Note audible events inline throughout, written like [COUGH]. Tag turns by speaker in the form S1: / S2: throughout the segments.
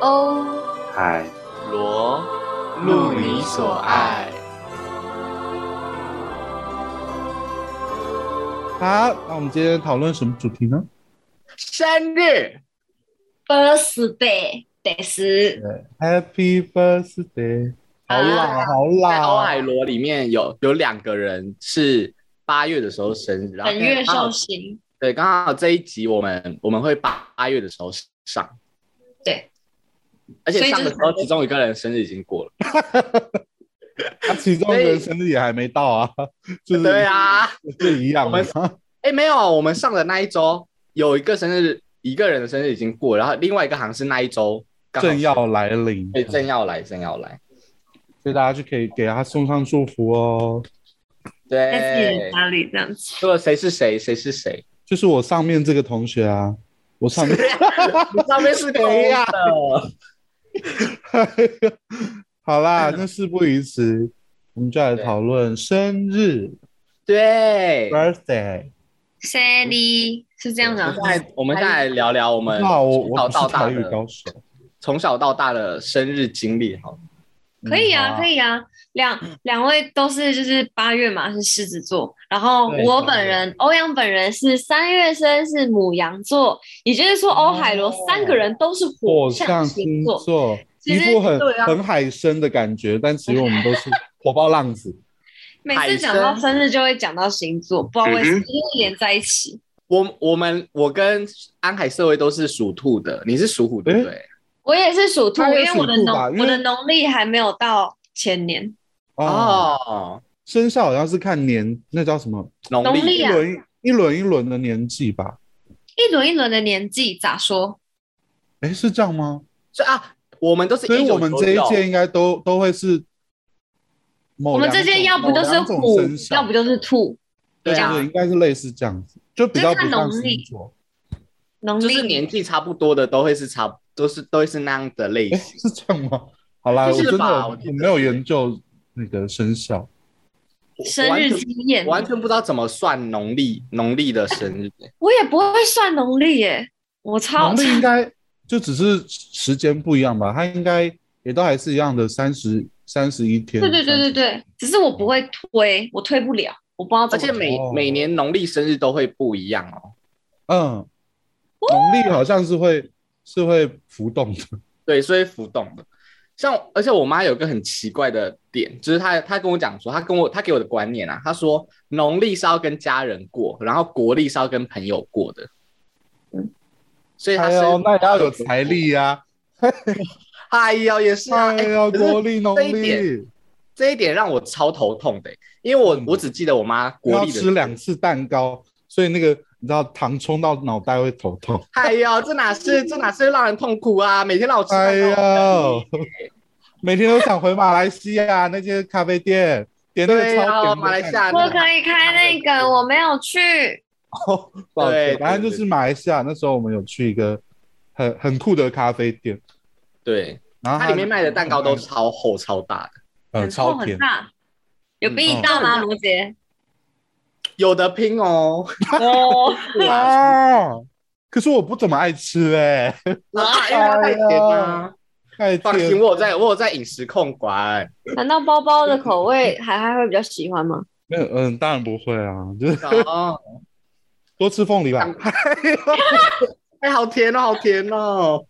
S1: 欧
S2: 海
S3: 罗，
S4: 路你所爱。
S2: 好，那我们今天讨论什么主题呢？
S4: 生日，
S1: birthday 得
S2: 对
S1: 是啊
S2: ，Happy Birthday！好啊啦，好
S4: 在 [LAUGHS] 欧
S2: 啦，
S4: 海罗里面有有两个人是八月的时候生日，然后
S1: 本月
S4: 刚好
S1: 寿星，
S4: 对，刚好这一集我们我们会八八月的时候上，
S1: 对，
S4: 而且
S1: 所以
S4: 上
S1: 就
S4: 的
S1: 是
S4: 时候其中一个人生日已经过了，
S2: 他啊其中一个人生日也还没到啊，就是
S4: 对，啊，
S2: 是一样的嘛。
S4: 哎没有，我们上的那一周有一个生日，一个人的生日已经过了，然后另外一个好像是那一周刚好
S2: [LAUGHS] 正要来临，
S4: 对正要来正要来，
S2: 所以大家就可以给他送上祝福哦。
S1: 在自己的
S4: 对，
S1: 家里这样子。
S4: 说了谁是谁谁是谁，
S2: 就是我上面这个同学啊，我上面
S4: 你上面是谁呀？
S2: [LAUGHS] 好
S4: [LAUGHS]
S2: 啦，那事不宜迟，我们就来讨论生日
S4: 对，
S2: birthday。
S1: Sally 是这样啊的
S4: 我
S1: 吗
S4: 们，再我们再来聊聊我们
S2: 那我
S4: 从小
S2: 我不是
S4: 到大
S2: 台语
S4: 的
S2: 高手，
S4: 从小到大的生日经历，好了，
S1: 可以
S2: 嗯
S1: 啊，可。
S2: 好
S1: 以啊，两两位都是就是八月嘛，是狮子座，然后
S2: 对
S1: 我本人欧阳本人是三月生，是母羊座，也就是说欧海罗三个人都是
S2: 火
S1: 火
S2: 象
S1: 象
S2: 星
S1: 星座，
S2: 座，
S1: 其
S2: 一
S1: 实
S2: 副很
S1: 对啊
S2: 很海参的感觉，但其实我们
S1: [LAUGHS]
S2: 都是火爆浪子。
S1: 每次讲到生日就会讲到星座，不知道为什么，
S3: 嗯哼
S1: 因为连在一起。
S4: 我我们我跟安海社会都是属兔的，你是属虎对不对？
S1: 我也是属兔，
S2: 他
S1: 因
S2: 也
S1: 为我的
S2: 属兔
S1: 农
S2: 吧因为
S1: 我的农历还没有到前年，
S2: 哦，
S4: 哦，
S2: 生肖好像是看年，那叫什么
S4: 农
S1: 农
S4: 历
S1: 历
S2: 一
S1: 对啊
S2: 轮一轮一轮的年纪吧？
S1: 一轮一轮的年纪咋说？
S2: 哎，是这样吗？
S4: 所以啊，我们都是
S2: 所以我们这一
S4: 1996
S2: 届应该都都会是某
S1: 我们
S2: 哦两
S1: 这些
S2: 种
S1: 要不就
S2: 某
S1: 是
S2: 两种
S1: 虎
S2: 生，肖
S1: 要不就是兔，
S4: 对
S1: 这样，
S4: 啊
S2: 对，应该是类似这样子，就比较不
S1: 就是看
S2: 像
S1: 农历
S2: 星座。 [LAUGHS]
S1: 农
S4: 就
S1: 历
S4: 是年纪差不多的都会是差都是都会是那样的类
S2: 哎，
S4: 型。
S2: 是这样吗？好啦，我
S4: 就是
S2: 真的
S4: 吧我
S2: 我
S4: 记得
S2: 没有研究那个生肖，
S1: 生日经验
S4: 我，完全不知道怎么算农历农历的生日，
S1: 我也不会算农历耶，我超
S2: 农历应该就只是时间不一样吧？它应该也都还是一样的三十三十一天。
S1: 对对对对对，只是我不会推，我推不了，我不知道怎
S4: 而
S1: 么
S4: 且
S1: 推。
S4: 每
S2: 哦
S4: 每年农历生日都会不一样哦。
S2: 30，嗯，农历好像是会是会浮动的。
S4: 对，所以浮动的。像而且我妈有个很奇怪的点，就是她她跟我讲说，她跟我她给我的观念啊，她说农历是要跟家人过，然后国历是要跟朋友过的。
S1: 嗯
S4: 啊所以她
S2: 哎
S4: 生
S2: 呦，
S4: 日
S2: 那也要有财力呀、
S4: [LAUGHS] 哎呦也是啊，
S2: 哎
S4: 哎
S2: 呦，
S4: 可是
S2: 国历农
S4: 这一
S2: 历
S4: 点这一点让我超头痛的、因为我、
S2: 嗯
S4: 我只记得我妈国
S2: 要
S4: 历的
S2: 吃两次蛋糕，所以那个你知道糖冲到脑袋会头
S4: [LAUGHS]
S2: 痛。
S4: 哎呦，这哪是这哪是让人痛苦啊！每天让我吃
S2: 哎
S4: 蛋糕，
S2: 呦，每天都想回马来西亚那些咖啡店点那个
S4: 对
S2: 超
S4: 啊，
S2: 甜的
S4: 马来西亚
S2: 蛋
S1: 不
S2: 糕
S1: 可以开那个，我没有去。
S2: 抱歉
S4: 对
S2: 反正就
S4: 对
S2: 是马来西亚那时候我们有去一个很很酷的咖啡店，
S4: 对，
S2: 然后
S4: 它里面卖的蛋糕都超厚超大的，
S2: 呃
S1: 很厚
S2: 超
S1: 很
S2: 甜，嗯哦
S1: 大，有比你大吗，罗杰？
S4: 有的拼哦。
S1: 哦，
S2: 哎哦，可是我不怎么爱吃 [LAUGHS] 哎、
S4: 啊，因为它太甜啊。
S2: 太
S4: 放
S2: 甜
S4: 心，我有在，我有在饮食控管。
S1: 难道包包的口味还还会比较喜欢吗？
S2: 没有嗯，当然不会啊，就是
S4: 哦，
S2: 多吃凤梨吧。
S4: [LAUGHS]
S2: [LAUGHS]
S4: 哎，好甜哦，好甜哦。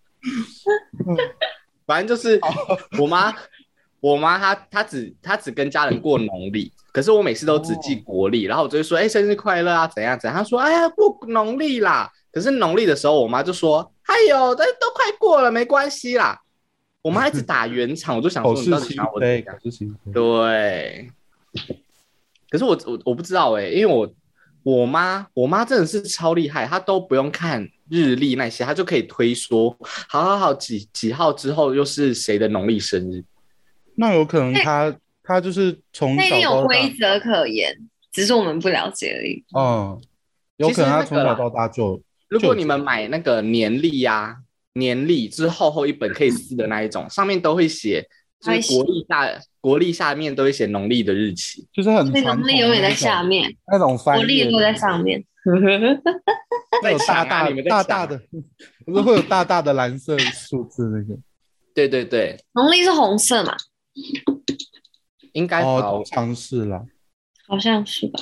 S2: 嗯
S4: 反正就是
S2: 哦
S4: 我妈，我妈她她只她只跟家人过农历，可是我每次都只
S2: 哦
S4: 记国历，然后我就会说，哎，生日快乐啊，怎样怎样。她说，哎呀，过农历啦。可是农历的时候，我妈就说，哎呦，都都快过了，没关系啦。我妈一直打圆场，我就想
S2: 口
S4: 说，你
S2: 是
S4: 到底
S2: 心
S4: 想我怎
S2: 非，
S4: 样
S2: 口？是心非。
S4: 对，可是我我我不知道哎、因为我我妈我妈真的是超厉害，她都不用看日历那些，她就可以推说，好好好几几号之后又是谁的农历生日。
S2: 那有可能他他就是从
S1: 那一定
S2: 小
S1: 有
S2: 到
S1: 规
S2: 大，
S1: 则可言，只是我们不了解而已。
S2: 嗯，有可能他从小到大就
S4: 如
S2: 就
S4: 果
S2: 有
S4: 你
S2: 这
S4: 们
S2: 个
S4: 买那个年历呀、年历之厚厚一本可以撕的那一种，上面都会写，就
S1: 会
S4: 是国历下国历下面都会写农历的日期。
S2: 就是很
S1: 所以
S2: 传
S1: 能
S2: 统
S1: 力永远在
S2: 的那种
S1: 下，面，
S2: 那种
S1: 我
S2: 翻
S1: 力
S2: 页
S1: 落在
S2: 的
S1: 上面。
S2: 会有
S4: 在
S2: 大
S4: 抢啊
S2: 大
S4: [LAUGHS] 你们在
S2: 大
S4: 抢
S2: 大
S4: 啊
S2: [LAUGHS] 的，不是会有大大的蓝色数字那个，
S4: 对对对，
S1: 农历是红色嘛？
S4: 应该
S2: 哦，
S4: 好
S2: 通常是啦，
S1: 好像是吧？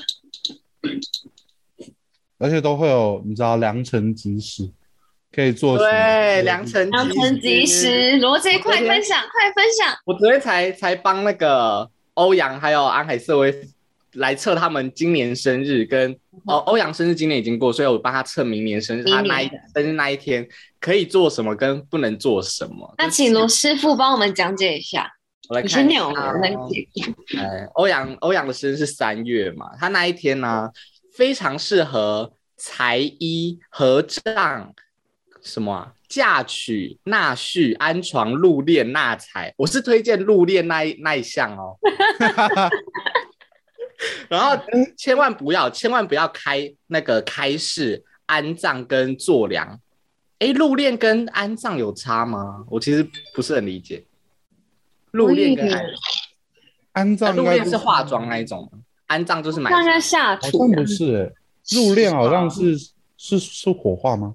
S2: 而且都会有你知道良辰吉时，可以做什么
S4: 对良辰
S1: 良辰吉时，罗 J 快分享，快分享！
S4: 我昨天才才帮那个欧阳还有安海瑟薇来测他们今年生日跟，
S1: 嗯
S4: 哦欧阳生日今年已经过，所以我帮他测明年生日，
S1: 明
S4: 他
S1: 年
S4: 那一生日那一天可以做什么跟不能做什么。
S1: 那请罗师傅帮我们讲解一下。
S4: 我来
S1: 你是
S4: 看一下哦
S1: 牛人，能解
S4: 哎，欧阳欧阳的生日是三月嘛，他那一天呢、非常适合裁衣、合葬，什么、啊、嫁娶、纳婿、安床、入殓、纳财。我是推荐入殓那一那一项哦。 [LAUGHS] 然后千万不要，千万不要开那个开市、安葬跟做梁。哎，入殓跟安葬有差吗？我其实不是很理解。入殓跟安
S2: 安葬
S4: 入
S2: 啊应该
S4: 殓
S2: 不
S4: 是化妆那一种吗？安葬就是买
S1: 大家下
S2: 好
S1: 厨
S2: 像，不是诶、入殓好像是是是火化吗？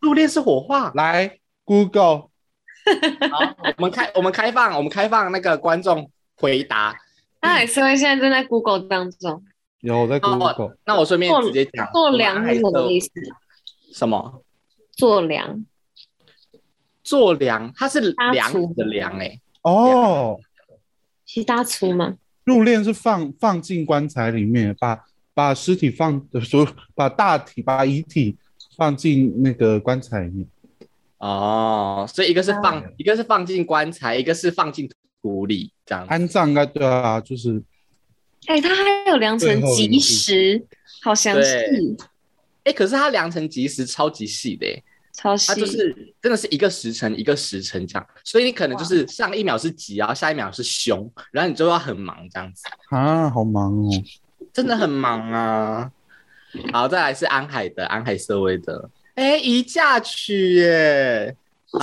S4: 入殓是火化。
S2: 来 Google，
S4: 好，我们开我们开放我们开放那个观众回答。
S1: 那海瑟薇现在正在 Google 当中。
S2: 有我在
S4: 哦
S2: Google，
S4: 那我顺便直接讲，
S1: 做粮是什么意
S4: 思？
S1: 思？
S4: 什么？
S1: 做粮
S4: 做粮，它是
S1: 搭
S4: 粮
S1: 厨
S4: 食的粮哎、
S2: 哦，
S1: 是大厨吗？
S2: 入殓是放放进棺材里面，把把尸体放，呃说把大体把遗体放进那个棺材里面。
S4: 哦，所以一个是
S1: 啊
S4: 放、一个是放进棺材，一个是放进土里这样。
S2: 安葬应该对啊，就是
S1: 哎、它还有良辰吉时，好详细，
S4: 哎、可是它良辰吉时超级细的、欸，
S1: 超
S4: 它
S1: 细。
S4: 就是真的是一个时辰一个时辰这样，所以你可能就是上一秒是吉啊，下一秒是凶，然后你就要很忙这样子。
S2: 啊，好忙哦。
S4: 真的很忙啊。好，再来是安海的，安海社会的。哎、一嫁娶耶！哎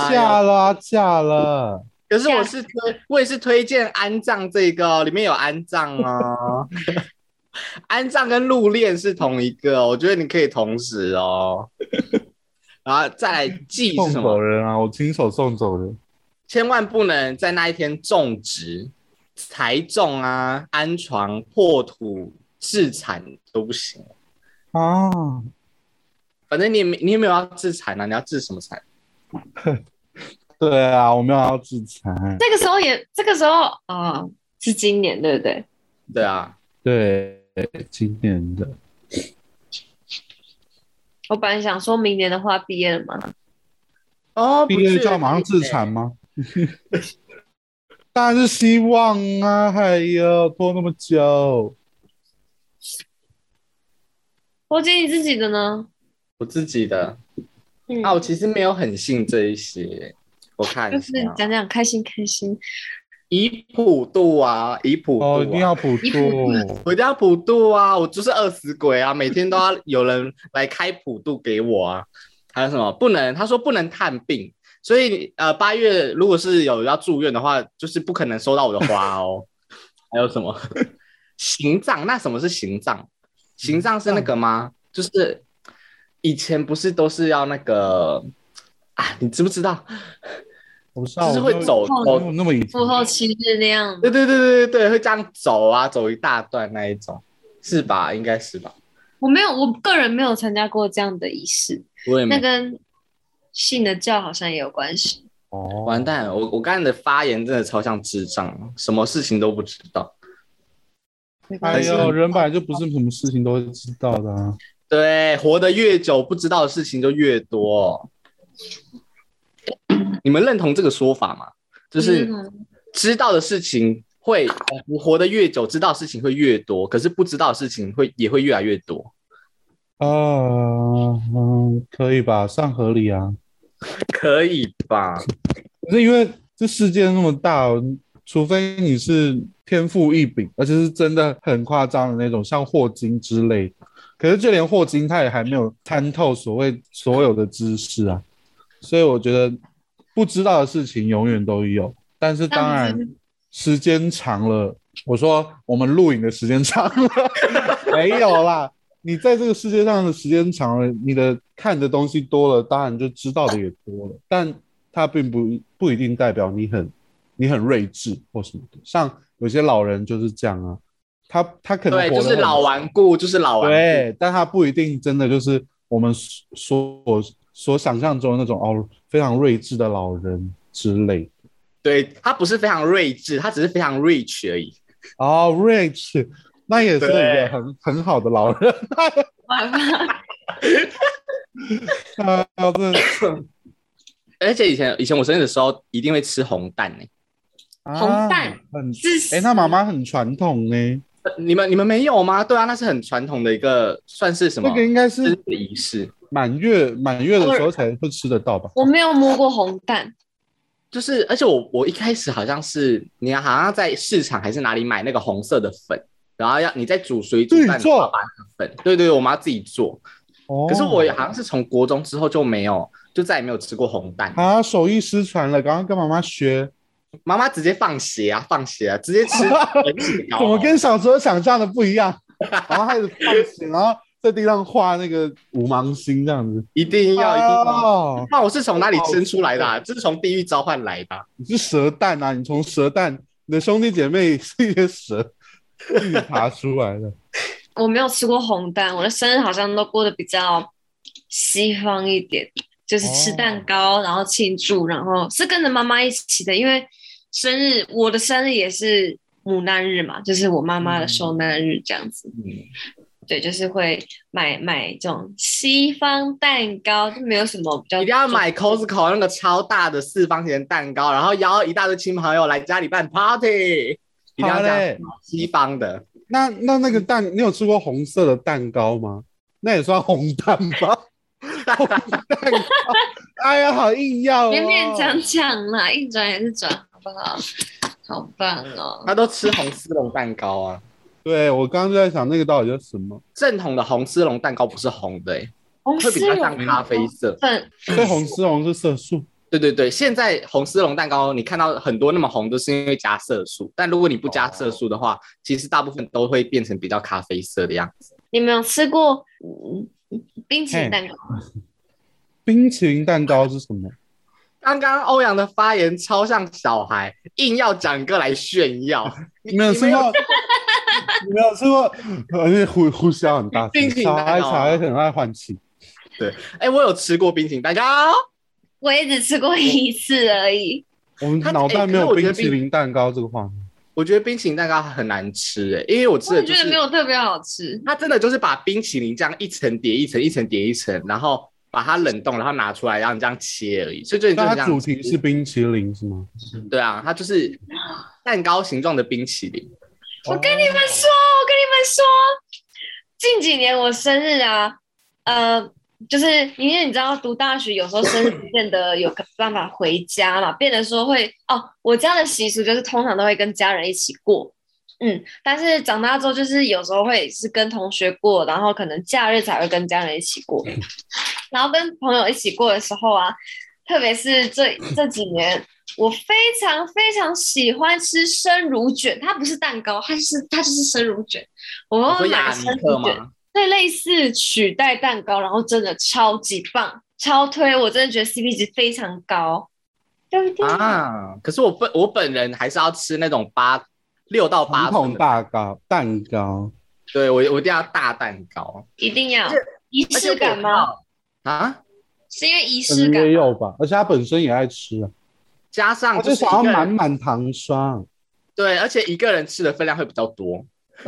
S2: 嫁
S4: 呀
S2: 了啊、嫁了，
S4: 可是我是推，我也是推荐安葬这个哦，里面有安葬 [LAUGHS] 哦。安葬跟入殓是同一个哦，我觉得你可以同时哦。然后再来祭是
S2: 送
S4: 什
S2: 走
S4: 么？
S2: 人啊，我亲手送走人。
S4: 千万不能在那一天种植、裁种啊、安床、破土、置产都不行。
S2: 啊，
S4: 反正你也没你也没有要自残啊，你要自什么残？
S2: 对啊，我们要自残。
S1: 这个时候也，这个时候啊、是今年对不对？
S4: 对啊，
S2: 对，今年的
S1: 我本来想说明年的话毕业了嘛，
S4: 哦，
S2: 毕业就要马上自产
S4: [LAUGHS]
S2: 吗？当然是希望啊！哎呦，拖那么久，
S1: 我姐你自己的呢？
S4: 我自己的
S1: 嗯，
S4: 啊，我其实没有很信这一些，我看
S1: 就
S4: 一
S1: 是
S4: 下
S1: 讲讲开心开心，
S4: 以普度啊，以普度、啊，
S2: 哦，一定要补助。
S4: 我一定要普度啊，我就是饿死鬼啊，每天都要有人来开普度给我啊。还有什么不能？他说不能探病，所以呃，八月如果是有要住院的话，就是不可能收到我的花哦。还有什么 [LAUGHS] 行葬？那什么是行葬？行葬是那个吗？就是以前不是都是要那个啊？你知不知道？
S2: 我不知道，
S4: 就是会走
S1: 我
S2: 我
S4: 走
S2: 没有那么以前
S1: 复后七日那样
S4: 对。对对对对对，会这样走啊，走一大段那一种，是吧？应该是吧？
S1: 我没有，我个人没有参加过这样的仪式，
S4: 我也没
S1: 那跟信的教好像也有关系。
S2: 哦，
S4: 完蛋了，我我刚才的发言真的超像智障，啊什么事情都不知道。
S1: 没关
S2: 哎
S1: 系，
S2: 呦，人本来就不是什么事情都会知道的啊。
S4: 对，活得越久，不知道的事情就越多。你们认同这个说法吗？就是
S1: 嗯
S4: 知道的事情会，你活得越久，知道的事情会越多，可是不知道的事情会也会越来越多。
S2: 啊，嗯，可以吧，算合理啊。
S4: 可以吧？
S2: 可是因为这世界那么大，除非你是天赋异禀，而且是真的很夸张的那种，像霍金之类的。可是就连霍金他也还没有参透所谓所有的知识啊，所以我觉得不知道的事情永远都有，但是当然
S1: 但是
S2: 时间长了，我说我们录影的时间长了， [LAUGHS] 没有啦。你在这个世界上的时间长了，你的看的东西多了，当然就知道的也多了。但它并不不一定代表你很你很睿智或什么的。像有些老人就是这样啊，他他可能
S4: 对，
S2: 活
S4: 就
S2: 得
S4: 是
S2: 很
S4: 老顽固，就是老顽固。
S2: 对，但他不一定真的就是我们所所所想象中的那种哦非常睿智的老人之类。
S4: 对，他不是非常睿智，他只是非常 rich 而已。
S2: 哦，Rich，那也是一
S4: 对
S2: 个很很好的老人。 [LAUGHS]
S1: 办法，
S2: 啊，真的
S4: 而且以前以前我生日的时候一定会吃红蛋欸呢、
S1: 红蛋
S2: 啊很
S1: 是
S2: [LAUGHS] 哎，那妈妈很传统呢，
S4: 呃你们你们没有吗？对啊，那是很传统的一个，算是什么
S2: 那？个应该
S4: 生
S2: 是
S4: 日仪式
S2: 满月满月的时候才会吃得到吧？
S4: 哦
S1: 我没有摸过红蛋，
S4: 就是，而且我我一开始好像是你好像在市场还是哪里买那个红色的粉，然后要你在煮水煮
S2: 自己
S4: 蛋的
S2: 做
S4: 话把那个粉，对对对，我妈自己做。
S2: 哦，
S4: 可是我好像是从国中之后就没有，就再也没有吃过红蛋。
S2: 啊手艺失传了，刚刚跟妈妈学，
S4: 妈妈直接放血啊，放血啊，直接吃人
S2: [LAUGHS]
S4: 血糕
S2: 怎么跟小时候想象的不一样？ [LAUGHS] 然后开始放血，然后在地上画那个五芒星这样子。
S4: 一定要一定要。
S2: 哦，
S4: 那我是从哪里生出来的、啊？这是从地狱召唤来的啊、
S2: 你是蛇蛋啊！你从蛇蛋，你的兄弟姐妹是一些蛇，自己爬出来的。 [LAUGHS]
S1: 我没有吃过红蛋，我的生日好像都过得比较西方一点，就是吃
S2: 哦
S1: 蛋糕，然后庆祝，然后是跟着妈妈一起的，因为生日我的生日也是母难日嘛，就是我妈妈的受难日这样子。
S4: 嗯，
S1: 对，就是会买买这种西方蛋糕，就没有什么比较
S4: 一定要买 Costco 那个超大的四方形蛋糕，然后邀一大堆亲朋友来家里办 party，一定要
S2: 好
S4: 这样
S2: 嘞，
S4: 西方的。
S2: 那那那个蛋，你有吃过红色的蛋糕吗？那也算红蛋
S4: [LAUGHS]
S2: 吧。红蛋糕，哎呀，好硬要、哦，
S1: 勉勉强强啦，一转也是转，好不好？好棒哦！
S4: 他都吃红丝绒蛋糕啊，
S2: 对我刚刚就在想，那个到底叫什么？
S4: 正统的红丝绒蛋糕不是红的、欸，
S1: 红
S4: 会比
S1: 丝
S4: 较
S1: 绒
S4: 像咖啡色。
S1: 粉，
S2: 所以红丝绒是色素。
S4: 对对对，现在红丝绒蛋糕你看到很多那么红，都是因为加色素。但如果你不加色素的话，其实大部分都会变成比较咖啡色的样子。
S1: 你们有吃过嗯冰淇淋蛋糕？
S2: 冰淇淋蛋糕是什么？
S4: 刚刚欧阳的发言超像小孩，硬要讲一个来炫耀。
S2: 你没有吃过？ [LAUGHS] 你没有吃过？而且呼呼啸很大
S4: 冰
S2: 声，
S4: 淇淋
S2: 小
S4: 蛋糕
S2: 孩
S4: 啊
S2: 小孩很爱换气。
S4: 哎、我有吃过冰淇淋蛋糕，
S1: 我也只吃过一次而已。
S2: 我们
S4: 它
S2: 脑
S4: 哎
S2: 袋
S4: 可
S2: 没
S4: 是
S2: 有
S4: 我觉
S2: 冰
S4: 得
S2: 淇
S4: 冰
S2: 淋蛋糕这个画面。
S4: 我觉得冰淇淋蛋糕很难吃哎、因为我吃
S1: 我
S4: 的
S1: 也
S4: 就
S1: 觉得
S4: 是
S1: 没有特别好吃，
S4: 它真的就是把冰淇淋这样一层叠一层，一层叠一层，然后把它冷冻，然后拿出来，然后你这样切而已。所以就你就
S2: 那
S4: 这
S2: 它
S4: 样
S2: 主题
S4: 吃
S2: 是冰淇淋是吗？
S4: 对啊，它就是蛋糕形状的冰淇淋。
S1: 我跟你们说，我跟你们说，近几年我生日啊，呃，就是因为你知道读大学，有时候生日不见得有办法回家嘛，变得说会哦，我家的习俗就是通常都会跟家人一起过，嗯，但是长大之后就是有时候会是跟同学过，然后可能假日才会跟家人一起过，
S4: 嗯
S1: 然后跟朋友一起过的时候啊，特别是这这几年，我非常非常喜欢吃生乳卷，它不是蛋糕，它是它就是生乳卷。我
S4: 我说
S1: 会买
S4: 雅
S1: 哦生
S4: 尼克
S1: 乳卷，
S4: 吗？
S1: 对，类似取代蛋糕，然后真的超级棒，超推，我真的觉得 CP 值非常高，对不对？
S4: 啊，可是我本我本人还是要吃那种八六到八
S2: 传
S4: 寸
S2: 统
S4: 的，
S2: 蛋糕蛋糕，
S4: 对我我一定要大蛋糕，
S1: 一定要
S4: 而且
S1: 仪
S4: 而且
S1: 式感吗？
S4: 我啊，
S1: 是因为仪
S2: 可
S1: 式
S2: 能
S1: 感
S2: 也
S1: 吗，
S2: 有吧。而且他本身也爱吃啊，
S4: 加上
S2: 他
S4: 就
S2: 就是
S4: 一
S2: 想要
S4: 个人
S2: 满满糖霜。
S4: 对，而且一个人吃的分量会比较多。 [LAUGHS]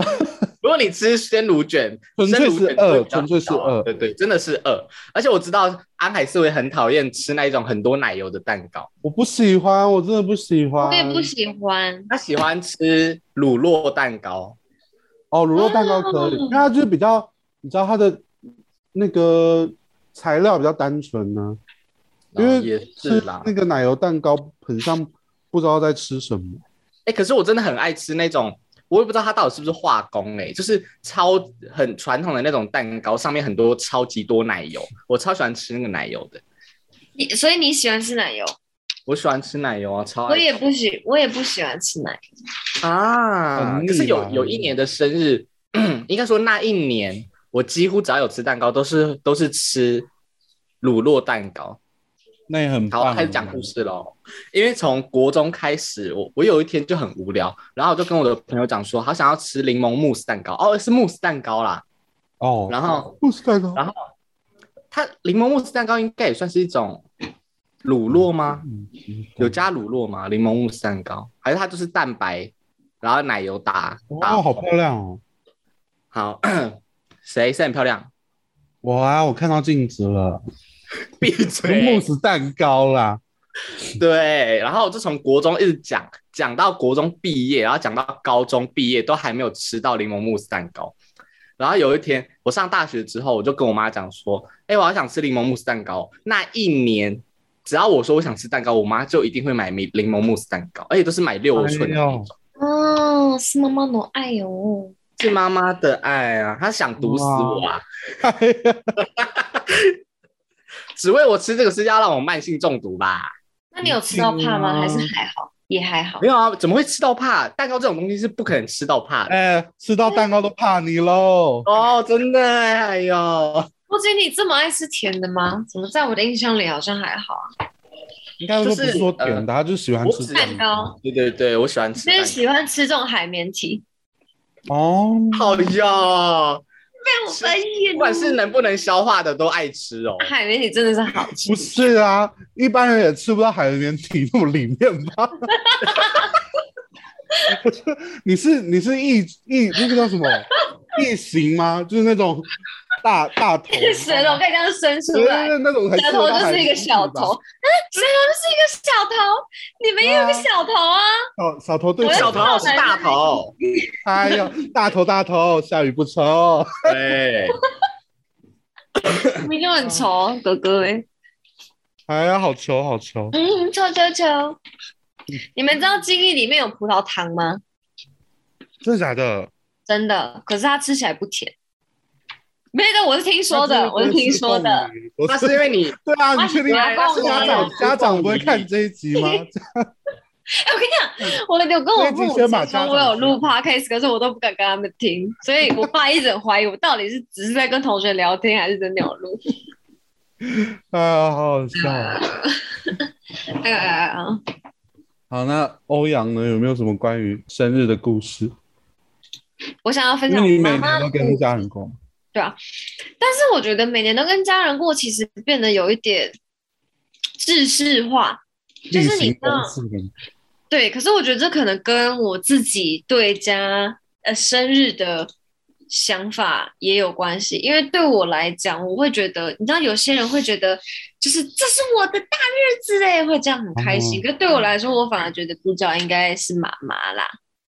S4: 如果你吃生乳卷，
S2: 纯粹
S4: 生
S2: 是
S4: 乳卷就会
S2: 饿
S4: 比较
S2: 纯粹是
S4: 少
S2: 饿
S4: 对对，真的是饿。而且我知道安海是会很讨厌吃那一种很多奶油的蛋糕，
S2: 我不喜欢，我真的不喜欢。
S1: 我也不喜欢。
S4: 他喜欢吃乳酪蛋糕。
S2: 哦，乳酪蛋糕可
S4: 嗯
S2: 以，
S1: 哦
S2: 因为它就是比较，你知道它的那个材料比较单纯呢、因为
S4: 然后也是
S2: 吃
S4: 啦，
S2: 那个奶油蛋糕很像不知道在吃什么。
S4: 哎、可是我真的很爱吃那种，我也不知道它到底是不是化工哎、就是超很传统的那种蛋糕，上面很多超级多奶油，我超喜欢吃那个奶油的，
S1: 你所以你喜欢吃奶油，
S4: 我喜欢吃奶油啊，超爱
S1: 我也不喜，我也不喜欢吃奶油。
S4: 啊，
S2: 很
S4: 可是
S2: 腻
S4: 有
S2: 吧
S4: 有一年的生日， [CLEARS THROAT] 应该说那一年我几乎只要有吃蛋糕，都是都是吃乳酪蛋糕。
S2: 那也很棒
S4: 好，
S2: 啊。
S4: 开始讲故事喽。因为从国中开始，我我有一天就很无聊，然后我就跟我的朋友讲说，好想要吃柠檬慕斯蛋糕，哦，是慕斯蛋糕啦。
S2: 哦。
S4: 然后
S2: 故事蛋糕，
S4: 然后它柠檬慕斯蛋糕应该也算是一种乳酪吗？
S2: 嗯
S4: 有加乳酪吗？柠檬慕斯蛋糕，还是它就是蛋白，然后奶油打打
S2: 嗯哇，好漂亮哦！
S4: 好， [CLEARS THROAT] 谁谁很漂亮？
S2: 我啊，我看到镜子了，
S4: [LAUGHS] 闭
S2: 慕
S4: 嘴。
S2: 斯蛋糕啦，
S4: 对，然后我就从国中一直讲讲到国中毕业，然后讲到高中毕业，都还没有吃到柠檬慕斯蛋糕。然后有一天，我上大学之后，我就跟我妈讲说：“哎、我好想吃柠檬慕斯蛋糕。”那一年，只要我说我想吃蛋糕，我妈就一定会买柠柠檬慕斯蛋糕，而且都是买六寸的
S2: 哎
S4: 那
S2: 呦
S4: 种，
S1: 哦，是妈妈的爱哦。
S4: 是妈妈的爱啊，她想毒死我啊，
S2: 哎呀
S4: [LAUGHS] 只为我吃这个是要让我慢性中毒吧？
S1: 那你有吃到怕吗？还
S2: 一定
S1: 是
S2: 啊
S1: 还好？也还好
S4: 没。有啊，怎么会吃到怕？蛋糕这种东西是不可能吃到怕的。
S2: 哎，吃到蛋糕都怕你喽。
S4: 哦，真的欸，哎呦，
S1: 郭姐，你这么爱吃甜的吗？怎么在我的印象里好像还好啊？
S2: 应该说不是说
S4: 就
S2: 甜
S4: 是呃
S2: 的，他就喜欢吃
S1: 蛋糕，
S4: 对对对，我喜欢吃
S1: 就
S4: 蛋
S1: 是
S4: 糕。
S1: 喜欢吃这种海绵体，
S2: 哦。
S4: 好哟，
S1: 被我翻译
S4: 不管是能不能消化的都爱吃哦。
S1: [LAUGHS] 海绵体真的是 [LAUGHS] 好吃
S2: 不。是啊，一般人也吃不到海绵体那么里面吧？ [LAUGHS] 你是你是异异那个叫什么异形吗？就是那种大大头
S1: [LAUGHS] 舌头可以这样伸出
S2: 对
S1: [LAUGHS]
S2: 对
S1: 来，
S2: 对，那种才
S1: 舌头就是一个小头， [LAUGHS]
S2: 头，
S1: 啊，舌头就是一个小头，你们也有个小头啊，
S2: 小哦小头对
S1: 我要
S4: 小头
S1: 我
S4: 我是大头，
S2: 哎呦，大头大头，下雨不愁。
S4: 对，
S1: 啊你们就很丑，哥哥哎、
S2: 哎呀，好愁好愁，
S1: 嗯，臭臭臭。你们知道金翼里面有葡萄糖吗？
S2: 真的假的？
S1: 真的，可是它吃起来不甜。没有，我是听说
S2: 那
S1: 的，
S2: 这
S1: 我是听说的。
S2: 我
S4: 那
S2: 是。
S4: 是因为你
S2: 对啊，你确定
S1: 我要
S2: 家
S1: 放你啊
S2: 长家长不会看这一
S1: [LAUGHS]
S2: 集吗？
S1: 哎、我跟你讲，我有跟我父母
S2: 所以已经先把
S1: 说
S2: 家长
S1: 我有录 podcast，可是我都不敢跟他们听，所以我爸一直很怀疑我到底是只是在跟同学聊天，还是真的有 [LAUGHS] 录。
S2: 哎呀，好好笑哦。
S1: 哎呀哎呀！
S2: 好，那欧阳呢？有没有什么关于生日的故事？
S1: 我想要分
S2: 因
S1: 享嗯
S2: 为你
S1: 我
S2: 每
S1: 妈妈的
S2: 年都
S1: 故
S2: 跟家人过，
S1: 但是我觉得每年都跟家人过，其实变得有一点制式化，就
S2: 例
S1: 是你
S2: 行
S1: 知道
S2: 公，事吗
S1: 对。可是我觉得这可能跟我自己对家呃生日的想法也有关系，因为对我来讲，我会觉得，你知道，有些人会觉得就是这是我的大日子嘞，会这样很开心。
S2: 哦
S1: 可是对我来说，我反而觉得主角应该是妈妈啦，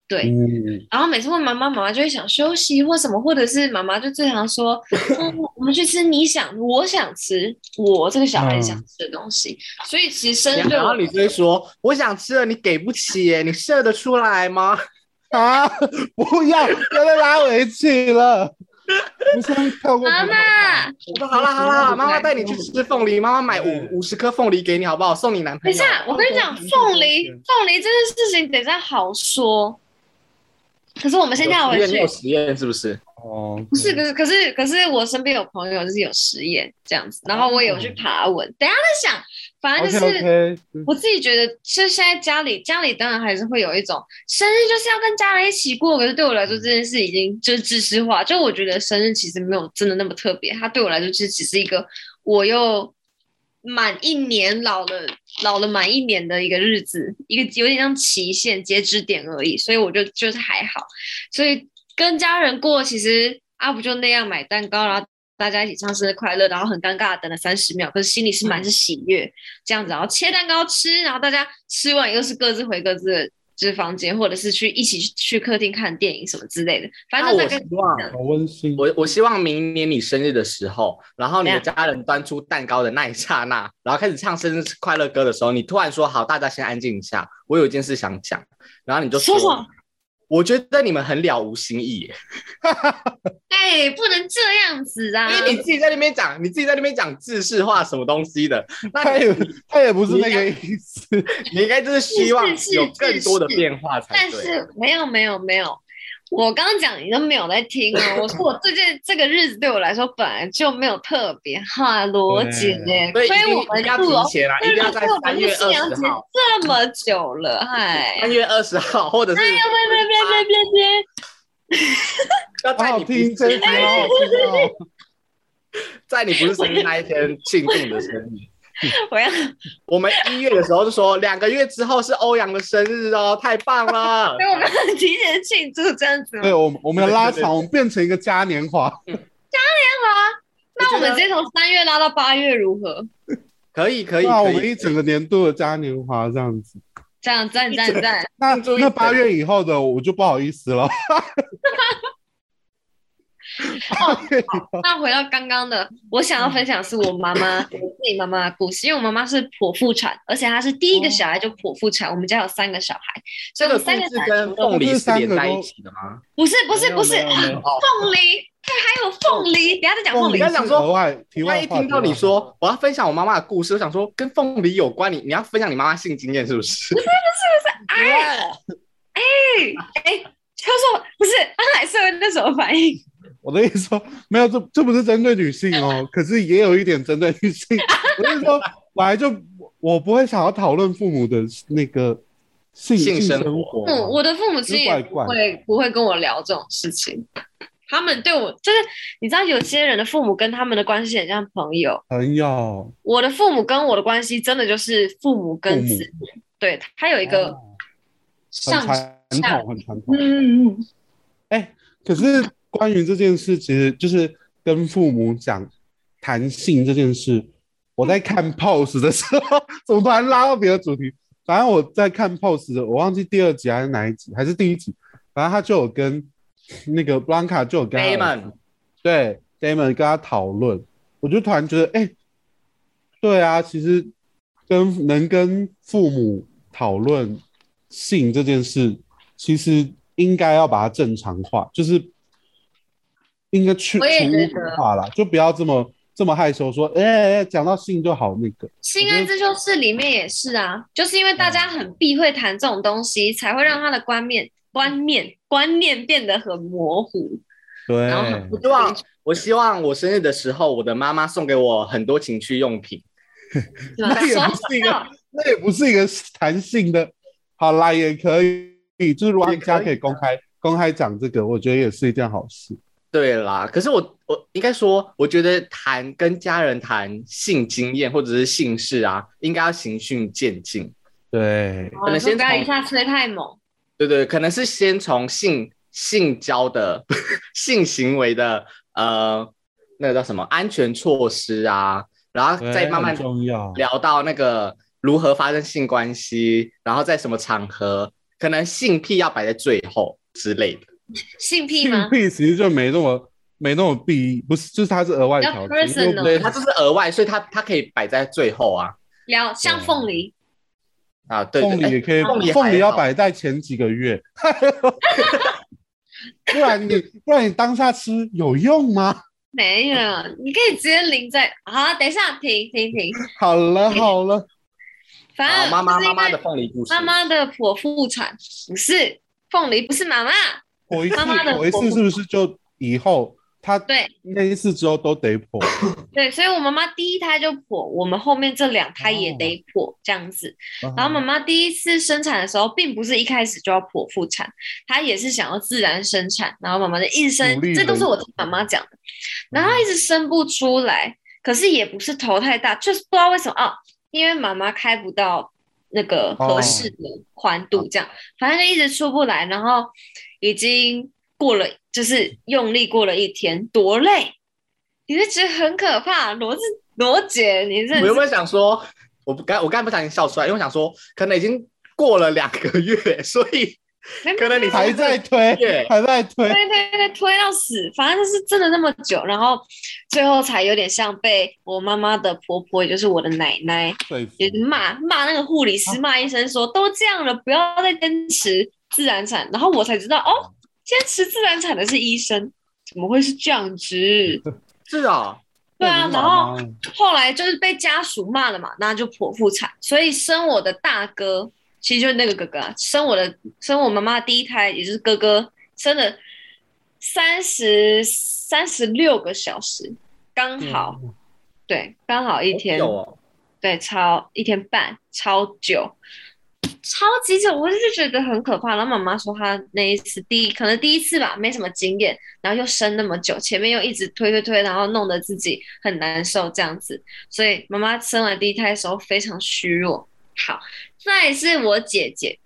S1: 对。
S2: 嗯，
S1: 然后每次问妈妈，妈妈就会想休息或什么，或者是妈妈就最常
S4: [LAUGHS]
S1: 说，嗯，我们去吃你想我想吃我这个小孩
S4: 嗯
S1: 想吃的东西。所以其实生日对
S4: 然后
S1: 我
S4: 你就会说，我想吃了，你给不起耶，你射得出来吗？
S2: 啊，不要，不要再拉围
S1: [LAUGHS]
S2: 去了。不是跳过
S1: 妈妈，
S4: 我说好啦好啦，妈妈带你去吃凤梨，妈妈买五五十颗凤梨给你好不好？送你男朋
S1: 等一
S4: 友。
S1: 下，我跟你讲，凤梨
S2: 嗯
S1: 凤梨这件事情等一下好说。可是我们先
S4: 有
S1: 跳回
S4: 实验你
S1: 去
S4: 有，实验是不是？
S2: 哦，
S1: 不是，可是可是可是我身边有朋友就是有实验这样子，然后我也有
S4: 哦
S1: 去爬文，等一下再想，反正
S2: OK
S1: 就是。
S2: OK，
S1: 我自己觉得，就现在家里，家里当然还是会有一种生日就是要跟家人一起过。可是对我来说，这件事已经就是知识化。就我觉得生日其实没有真的那么特别，它对我来说就只是一个我又满一年老了，老了满一年的一个日子，一个有点像期限截止点而已。所以我就就是还好，所以跟家人过，其实阿不就那样买蛋糕，然后大家一起唱生日快乐，然后很尴尬地等了三十秒，可是心里是
S4: 嗯
S1: 满是喜悦。这样子，然后切蛋糕吃，然后大家吃完又是各自回各自的就是房间，或者是去一起去去客厅看电影什么之类的。反
S4: 那
S1: 正就在
S4: 啊我希
S1: 跟
S4: 望
S2: 好温馨。
S4: 我我希望明年你生日的时候，然后你的
S1: 怎
S4: 家人端出蛋糕的那一刹那，然后开始唱生日快乐歌的时候，你突然说：“好，大家先安静一下，我有一件事想讲。”然后你就
S1: 说什么？
S4: 我觉得你们很了无新意耶，
S1: 哎、不能这样子啊！
S4: 因为你自己在那边讲，你自己在那边讲自式化什么东
S1: [LAUGHS]
S4: 西的，那
S2: 他
S4: 你
S2: 也他也不是那个意思，
S4: 你应该就是希望
S1: 是是
S4: 有更多的
S1: 是
S4: 变化才
S1: 但
S4: 啊对。
S1: 是没有没有没有，我刚刚讲你都没有在听
S4: [LAUGHS]
S1: 哦。我说我最近这个日子对我来说本来就没有特别哈罗姐耶，
S4: 所
S1: 所
S4: 以一
S1: 以
S4: 定
S1: 我们
S4: 一定要
S1: 录
S4: 提
S1: 了
S4: 前啦，啊一定要在
S1: 我
S4: 三
S1: 们
S4: 月
S1: 录
S4: 二
S1: 新哎娘
S4: 十
S1: 节
S4: 号，
S1: 这么久了，嗨，哎
S4: 三月二十号，或者是
S1: 别别别别别别，
S4: 要
S2: [LAUGHS]
S4: 在
S2: 好
S4: 你
S2: 好
S4: 不
S2: 听这一集，
S1: 哎
S2: 好好听哦。
S4: 在你不是生日那一天庆祝你的生日。 [LAUGHS]
S1: 我要
S4: 我们一月的时候就说，两个月之后是欧阳的生日哦，太棒
S1: [LAUGHS]
S4: 了
S1: 所！以我们要提前庆祝这样子吗
S2: 对，？我们我们要拉
S4: 对对对
S2: 长，我们变成一个嘉年华。
S1: 那我们直
S4: 觉得
S1: 接从三月拉到八月如何？
S4: 可以可以，
S2: 对啊，
S4: 可
S2: 我
S4: 以
S2: 们一整个年度的嘉年华这样子。
S1: 这样赞赞赞！
S2: 那
S4: 庆祝一
S2: 那
S4: 整
S2: 八月以后的我就不好意思了。
S1: 那回到刚刚的，我想要分享的是我妈妈，我自己妈妈的故事，因为我妈妈是剖腹产，而且她是第一个小孩就剖腹产，我们家有三个小孩，所
S4: 哦这
S1: 以我
S4: 个
S1: 们
S4: 故
S1: 三个小孩
S4: 事跟凤梨是连在一起的吗？
S1: 不是不是不是
S2: 没有没有没有
S4: 哦，
S1: 凤梨，对，还有凤梨，等一下再讲凤
S2: 凤
S1: 梨
S2: 梨
S4: 刚刚讲
S2: 是
S4: 说
S2: 额外题
S4: 万
S2: 外
S4: 一
S2: 话。
S4: 听到
S2: 题
S4: 你
S2: 外话
S4: 说我要分享我妈妈的故事，我想说跟凤梨有关，你你要分享你妈妈性经验是不是？
S1: 哎哎，他说不是，他还是会那什么反应？
S2: 我的意思说，没有，这这不是针对女性哦，可是也有一点针对女性。我是说，本来就我我不会想要讨论父母的那个性
S4: 性
S2: 生
S4: 生
S2: 活
S1: 嗯，我的父母
S2: 哦就
S1: 亲
S2: 是
S1: 也
S2: 怪
S1: 不
S2: 怪
S1: 会不会跟我聊这种事情，他们对我就是你知道，有些人的父母跟他们的关系很像朋友，
S2: 朋友
S1: 我的父母跟我的关系真的就是父母跟
S2: 父
S1: 子
S2: 母
S1: 女，对他有一个
S2: 哦很
S1: 上下，
S2: 传统，很传统。
S1: 嗯嗯嗯，
S2: 可是关于这件事，其实就是跟父母讲谈性这件事，我在看 pose 的时候， [LAUGHS] 怎么突然拉到别的主题？反正我在看 pose 的，我忘记第二集还是哪一集，还是第一集，反正他就有跟那个 Blanca 就有跟他
S4: Damon
S2: 对 Damon 跟他讨论，我就突然觉得，哎、对啊，其实跟能跟父母讨论性这件事，其实应该要把它正常化，就是应该去
S1: 我也
S2: 全
S1: 觉得
S2: 化啦，就不要这么这么害羞说，哎、哎哎讲到性就好那个。
S1: 性爱自修室里面也是啊，就是因为大家很避讳谈这种东西，才会让他的观念观念观念变得很模糊，
S2: 对，
S1: 然后很不
S4: 希
S2: 哎
S4: 望我希望我生日的时候，我的妈妈送给我很多情趣用品。
S1: 是吧
S2: 那也不是一个那也不是一个弹性的，好啦，也可以，就是如果
S4: 也
S2: 大
S4: 可以
S2: 家可以公开公开讲这个，我觉得也是一件好事。
S4: 对啦，可是我我应该说，我觉得谈跟家人谈性经验或者是性事啊，应该要循序渐进。
S2: 对，
S1: 可能先不要一下吹太猛，
S4: 对对，可能是先从性性交的 [LAUGHS] 性行为的呃，那个叫什么安全措施啊，然后再慢慢
S2: 很重要。
S4: 聊到那个如何发生性关系，然后在什么场合，可能性癖要摆在最后之类的。
S1: 性癖
S2: 性
S1: 吗？
S2: 癖其实就没那么没那么必不是，就是它是额外
S1: 比较
S2: 条件，因为
S1: personal
S2: 我
S4: 对，它就是额外，所以它它可以摆在最后啊
S1: 聊像凤梨，
S4: 啊，对
S2: 凤
S4: 对，
S2: 梨
S4: 哎
S2: 也可以
S4: 凤梨，还
S2: 凤梨要
S4: 好
S2: 摆在前几个月， [LAUGHS] 不然你不然你当下吃有用吗？
S1: 没有，你可以直接淋在啊，等一下，停停停，
S2: 好了好了，
S1: 反
S4: 好，
S1: 正
S4: 妈妈
S1: 就是
S4: 妈
S1: 因为
S4: 妈的凤梨故事，
S1: 妈妈的剖腹产不是凤梨，不是妈妈，
S2: 我一次
S1: 妈妈的
S2: 我一
S1: 婆
S2: 次
S1: 婆
S2: 是不是就以后他
S1: 对
S2: 那一次之后都得破？
S1: 对，所以我妈妈第一胎就剖，我们后面这两胎
S4: 哦
S1: 也得剖这样子。然后妈妈第一次生产的时候，并不是一开始就要剖腹产，她也是想要自然生产。然后妈妈就一直生
S2: 努力，
S1: 这都是
S2: 了
S1: 我听妈妈
S4: 嗯
S1: 讲的。然后她一直生不出来，可是也不是头太大，就是不知道为什么啊，因为妈妈开不到那个
S4: 哦
S1: 合适的宽度，这样、反正就一直出不来。然后已经过了，就是用力过了一天，多累，你就觉得很可怕。罗志罗姐，你这
S4: 我有没有想说，我不刚我刚才不小心笑出来，因为我想说，可能已经过了两个月，所以
S1: 没
S4: 可能你
S2: 还在推
S4: 对，
S2: 还在推，
S1: 推推推推到死，反正就是真的那么久，然后最后才有点像被我妈妈的婆婆，也就是我的奶奶，
S2: 对，
S1: 就是骂骂那个护理
S2: 啊
S1: 师，骂医生说都这样了，不要再坚持自然产。然后我才知道哦，坚持自然产的是医生，怎么会是这样子？
S4: [LAUGHS] 是啊、
S1: 对啊，然
S2: 你嗯妈
S1: 后
S2: 妈
S1: 后来就是被家属骂了嘛，那就剖腹产，所以生我的大哥，其实就是那个哥哥啊，生我的生我妈妈的第一胎，也就是哥哥，真的三十三十六个小时，刚好、对，刚好一天，
S4: 有哦，
S1: 对，超一天半，超久，超级久，我就是觉得很可怕。然后妈妈说她那一次第一，可能第一次吧，没什么经验，然后又生那么久，前面又一直推推推，然后弄得自己很难受这样子，所以妈妈生完第一胎的时候非常虚弱。好，再来是我姐姐，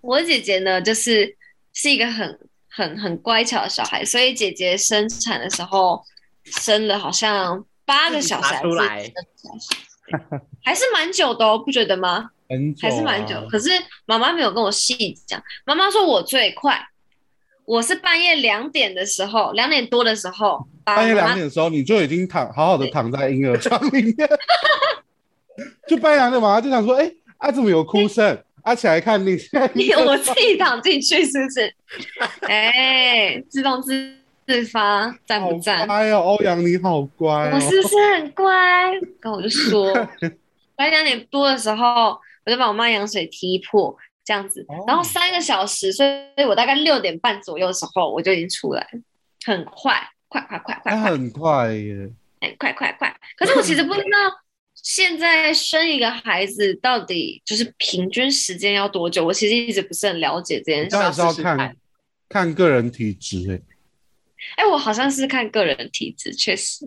S1: 我姐姐呢就是是一个很很很乖巧的小孩，所以姐姐生产的时候生了好像八个
S4: 自己
S1: 小时嗯
S4: 爬
S1: 还是
S4: 出来
S1: 10个小时还是蛮久的哦，不觉得吗？
S2: 很久、
S1: 还
S2: 啊，
S1: 是蛮久。可是妈妈没有跟我细讲，妈妈说我最快，我是半夜两点的时候，两点多的时候，把
S2: 半夜
S1: 妈
S2: 两
S1: 妈 [LAUGHS]
S2: 点的时候，你就已经躺好好的躺在婴儿床里面， [LAUGHS] 就半夜两点，妈妈就想说，哎、啊怎么有哭声？啊起来看你，
S1: 你我自己躺进去是不
S2: [LAUGHS]
S1: 是？哎、自动自自发，赞
S2: 好
S1: 不赞？
S2: 乖哦，欧阳你好乖
S1: 我
S2: 哦，
S1: 是不是很乖？然后我就
S2: [LAUGHS]
S1: 说，半夜两点多的时候，我就把我妈羊水踢破，这样子
S2: 哦。
S1: 然后三个小时，所以我大概六点半左右的时候，我就已经出来了，很快，快快快快
S2: 他
S1: 快，
S2: 啊很快耶，
S1: 哎，快快快！可是我其实不知道现在生一个孩子到底就是平均时间要多久，我其实一直不是很了解这件事
S2: 当。然是要
S4: 试试看
S2: 看看个人体质哎。
S1: 哎，我好像是看个人体质，确实。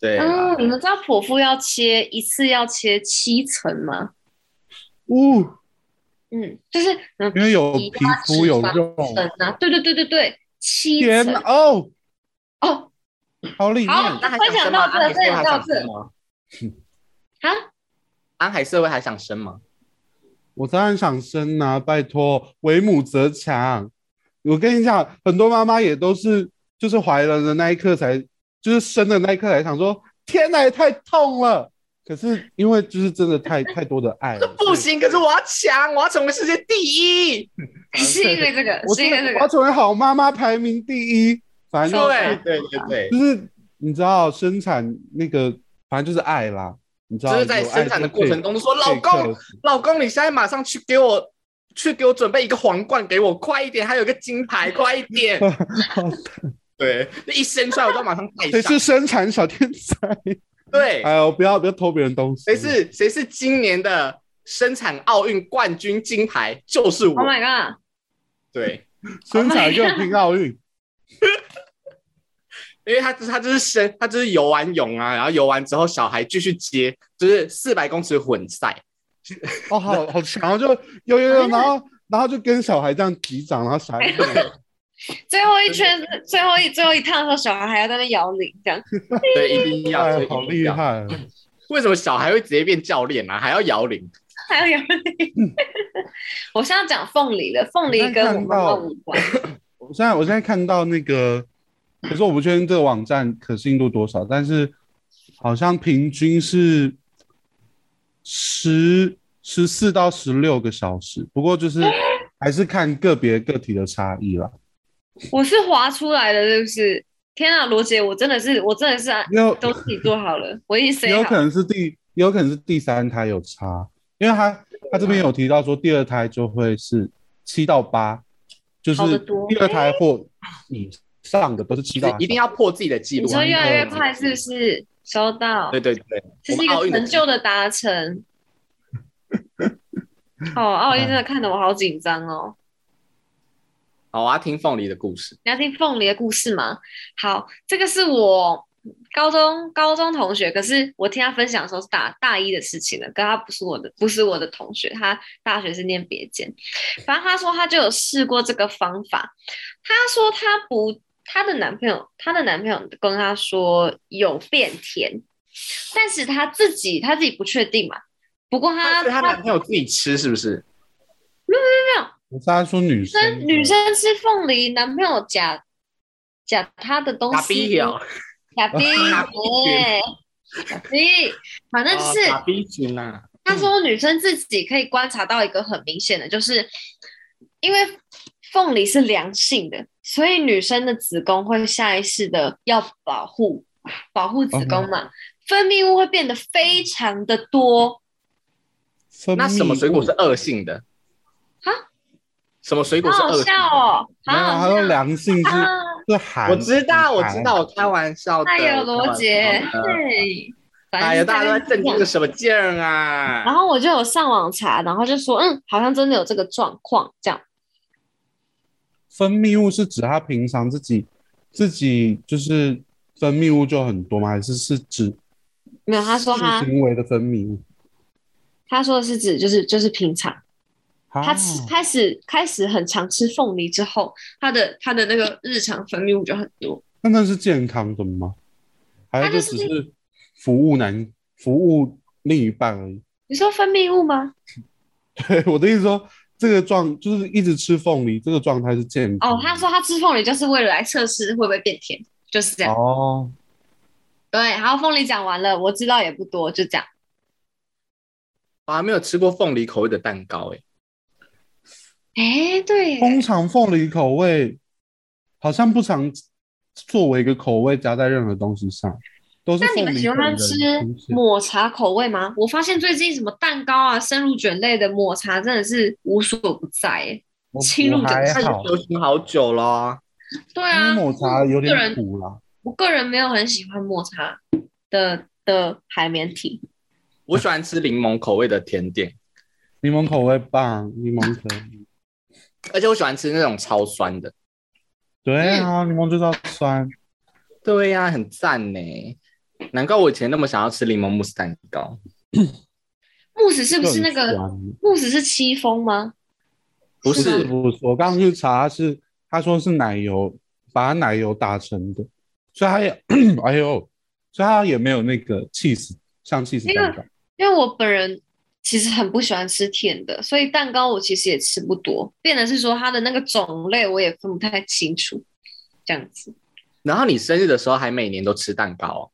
S4: 对啊啦
S2: 啊
S1: 嗯，你们知道剖腹要切一次要切七层吗？
S2: 呜、
S1: 嗯，就是嗯
S2: 因为有
S1: 皮
S2: 皮
S1: 啊
S2: 肤有
S1: 脂肪
S2: 肉，
S1: 层啊，对对对对对，七
S2: 天
S1: 层
S2: 哪哦，
S1: 哦
S2: 好里面，
S1: 好
S4: 嗯那还想
S1: 分享
S4: 生吗？
S1: 到这
S4: 安海社会
S1: 分
S4: 还想
S1: 享到这
S4: 生 [LAUGHS] 吗？
S1: 啊，
S4: 安海社会还想生吗？
S2: 我当然想生啊，拜托，为母则强。我跟你讲，很多妈妈也都是，就是怀了的那一刻才，就是生的那一刻才想说，天哪，也太痛了。可是因为就是真的太太多的爱了，
S4: [LAUGHS] 不行，可是我要强，我要成为世界第一。
S1: [LAUGHS] 是因为这个，
S2: 所
S1: 是
S2: 以
S1: 因
S2: 啊我
S1: 为
S2: 真的
S1: 这
S2: 我要
S1: 个，
S2: 成为好妈妈，排名第一。反正
S4: 对
S2: 就
S4: 对对对，
S2: 是就是你知道，生产那个反正就是爱啦，你知道，
S4: 就是在
S2: 有爱
S4: 生产的过程
S2: 就
S4: 中就说
S2: 可
S4: 老
S2: 以
S4: 公，，
S2: 可以
S4: 老公，你现在马上去给我，去给我准备一个皇冠给我，快一点！还有一个金牌，快一
S2: [LAUGHS]
S4: 点！ [LAUGHS] 对，一生出来我就马上戴
S2: 谁
S4: 上
S2: 是。生产小天才？
S4: 对，
S2: 哎呦，不要不要偷别人东西。
S4: 谁是谁是今年的生产奥运冠军金牌，就是我
S1: Oh。my god！
S4: 对，
S2: 生产给我拼奥运？
S4: [LAUGHS] 因为他他就是生，他就是游完泳啊，然后游完之后小孩继续接，就是四百公尺混赛。
S2: 哦，好好强哦，就有有
S4: 哎
S2: 有，然后然后就跟小孩这样击掌，然后小孩就
S1: 最后一圈，最后一最后一趟的时候，小孩还要在那边摇铃，这样
S4: 对，一定 [LAUGHS] 要，
S2: 哎
S4: 这，
S2: 好
S4: 一定
S2: 厉
S4: 要！
S2: 害哦！
S4: 为什么小孩会直接变教练啊？还要摇铃？
S1: 还要摇
S2: 嗯
S1: 铃。 [LAUGHS] 我现在讲凤梨了，凤梨跟我妈妈无关。
S2: 我现在我现在看到那个，可是我不确定这个网站可信度多少，但是好像平均是十十四到十六个小时，不
S4: [LAUGHS]
S2: 过就是还是看个别个体的差异啦。
S1: 我是划出来的，是不是？天啊，罗姐，我真的是，我真的是啊
S2: 因为
S1: 都自己做好了，我已经
S2: 也
S1: say
S2: 有
S1: 好
S2: 可。能是第，也有可能是第三胎有差，因为他
S1: 啊
S2: 他这边有提到说第二胎就会是七到八，就
S1: 好得
S2: 是
S1: 多哎
S2: 第二胎或以上的都是七
S4: 就是
S2: 到
S4: 一定要破自己的记
S1: 你
S4: 录
S1: 说
S4: 啊。
S1: 越来越快，是不是？收到。
S4: 对对对，
S1: 这是一个成就的达成。哦，奥运真的看得我好紧张哦。
S4: 好，我要听凤梨的故事。
S1: 你要听凤梨的故事吗？好，这个是我高中高中同学，可是我听他分享的时候是大大一的事情了，可他不是我的，不是我的同学，他大学是念别间。反正他说他就有试过这个方法，他说他不，她的男朋友，她的男朋友跟她说有变甜，但是她自己她自己不确定嘛。不过她
S4: 她她男朋友自己吃是不是？
S2: 我是在说女
S1: 女
S2: 生，
S1: 生女生吃凤梨，男朋友夹夹她的东
S4: 打
S1: 西，
S4: 逼哦，
S1: 假逼，
S4: 假
S1: 对，假逼，反正就是
S4: 打逼群啊。
S1: 他说女生自己可以观察到一个很明显的，就是因为凤梨是良性的，所以女生的子宫会下意识的要保护保护子宫嘛，哦分泌物会变得非常的多。
S2: 分泌
S4: 那什么水果
S2: 物
S4: 是恶性的？
S1: 哈？
S4: 什么水果是
S1: 好
S4: 二
S1: 好
S4: 十
S1: 笑？啊哦，好
S2: 没有，啊
S1: 好
S2: 他说
S1: 笑
S2: 良性是
S1: 啊！
S2: 是寒，
S4: 我知道，
S2: 寒
S4: 我知，道，我开玩笑的。
S1: 太有
S4: 我开
S1: 罗
S4: 玩
S1: 杰
S4: 笑，的
S1: 对，
S4: 哎呀，大家都在震
S1: 正
S4: 惊个什么劲儿啊！
S1: 然后我就有上网查，然后就说，嗯，好像真的有这个状况，这样。
S2: 分泌物是指他平常自己自己就是分泌物就很多吗？还是是指
S1: 没有，他说他
S2: 性行为的分泌物？
S1: 他说的是指就是就是平常，他
S2: 啊
S1: 吃开始开始很常吃凤梨之后，他的他的那个日常分泌物就很多。
S2: 那那是健康的吗？还
S1: 他就
S2: 是就是只是服务男服务另一半而已？ [LAUGHS]
S1: 你说分泌物吗？
S2: 对，我的意思说，这个状就是一直吃凤梨，这个状态是健康的。
S1: 哦，他说他吃凤梨就是为了来测试会不会变甜，就是这样。
S2: 哦，
S1: 对，然后凤梨讲完了，我知道也不多，就这样。
S4: 我还没有吃过凤梨口味的蛋糕，哎，
S1: 哎，对耶，
S2: 通常凤梨口味好像不常作为一个口味加在任何东西上，都是
S1: 那你
S2: 凤
S1: 们
S2: 梨
S1: 喜
S2: 口味
S1: 欢
S2: 的
S1: 吃
S2: 东西
S1: 抹茶口味吗？我发现最近什么蛋糕啊、生乳卷类的抹茶真的是无所不在耶。
S2: 我
S1: 侵入
S2: 我
S1: 者
S2: 还
S1: 是
S2: 好，
S4: 流行好久了。
S1: 对
S2: 因
S1: 啊，
S2: 为抹茶有
S1: 个
S2: 点
S1: 人
S2: 苦啦。
S1: 我个人没有很喜欢抹茶的的海绵体。
S4: 我喜欢吃柠檬口味的甜点，
S2: 柠檬口味棒，柠檬可以。
S4: 而且我喜欢吃那种超酸的。
S2: 对啊，
S1: 嗯
S2: 柠檬就是要酸。
S4: 对呀、很赞呢，难怪我以前那么想要吃柠檬慕斯蛋糕。
S1: 慕斯是不是那
S2: 就很
S1: 个
S2: 酸
S1: 慕斯是戚风吗？
S4: 不
S2: 不
S4: 是，
S2: 不是，我刚刚去查是，他说是奶油，把奶油打成的，所以他也， [CLEARS THROAT] 哎呦，所以他也没有那个 cheese，像
S4: 哎
S2: cheese 蛋糕。
S1: 因为我本人其实很不喜欢吃甜的，所以蛋糕我其实也吃不多，变得是说它的那个种类我也分不太清楚，这样子。
S4: 然后你生日的时候还每年都吃蛋糕哦、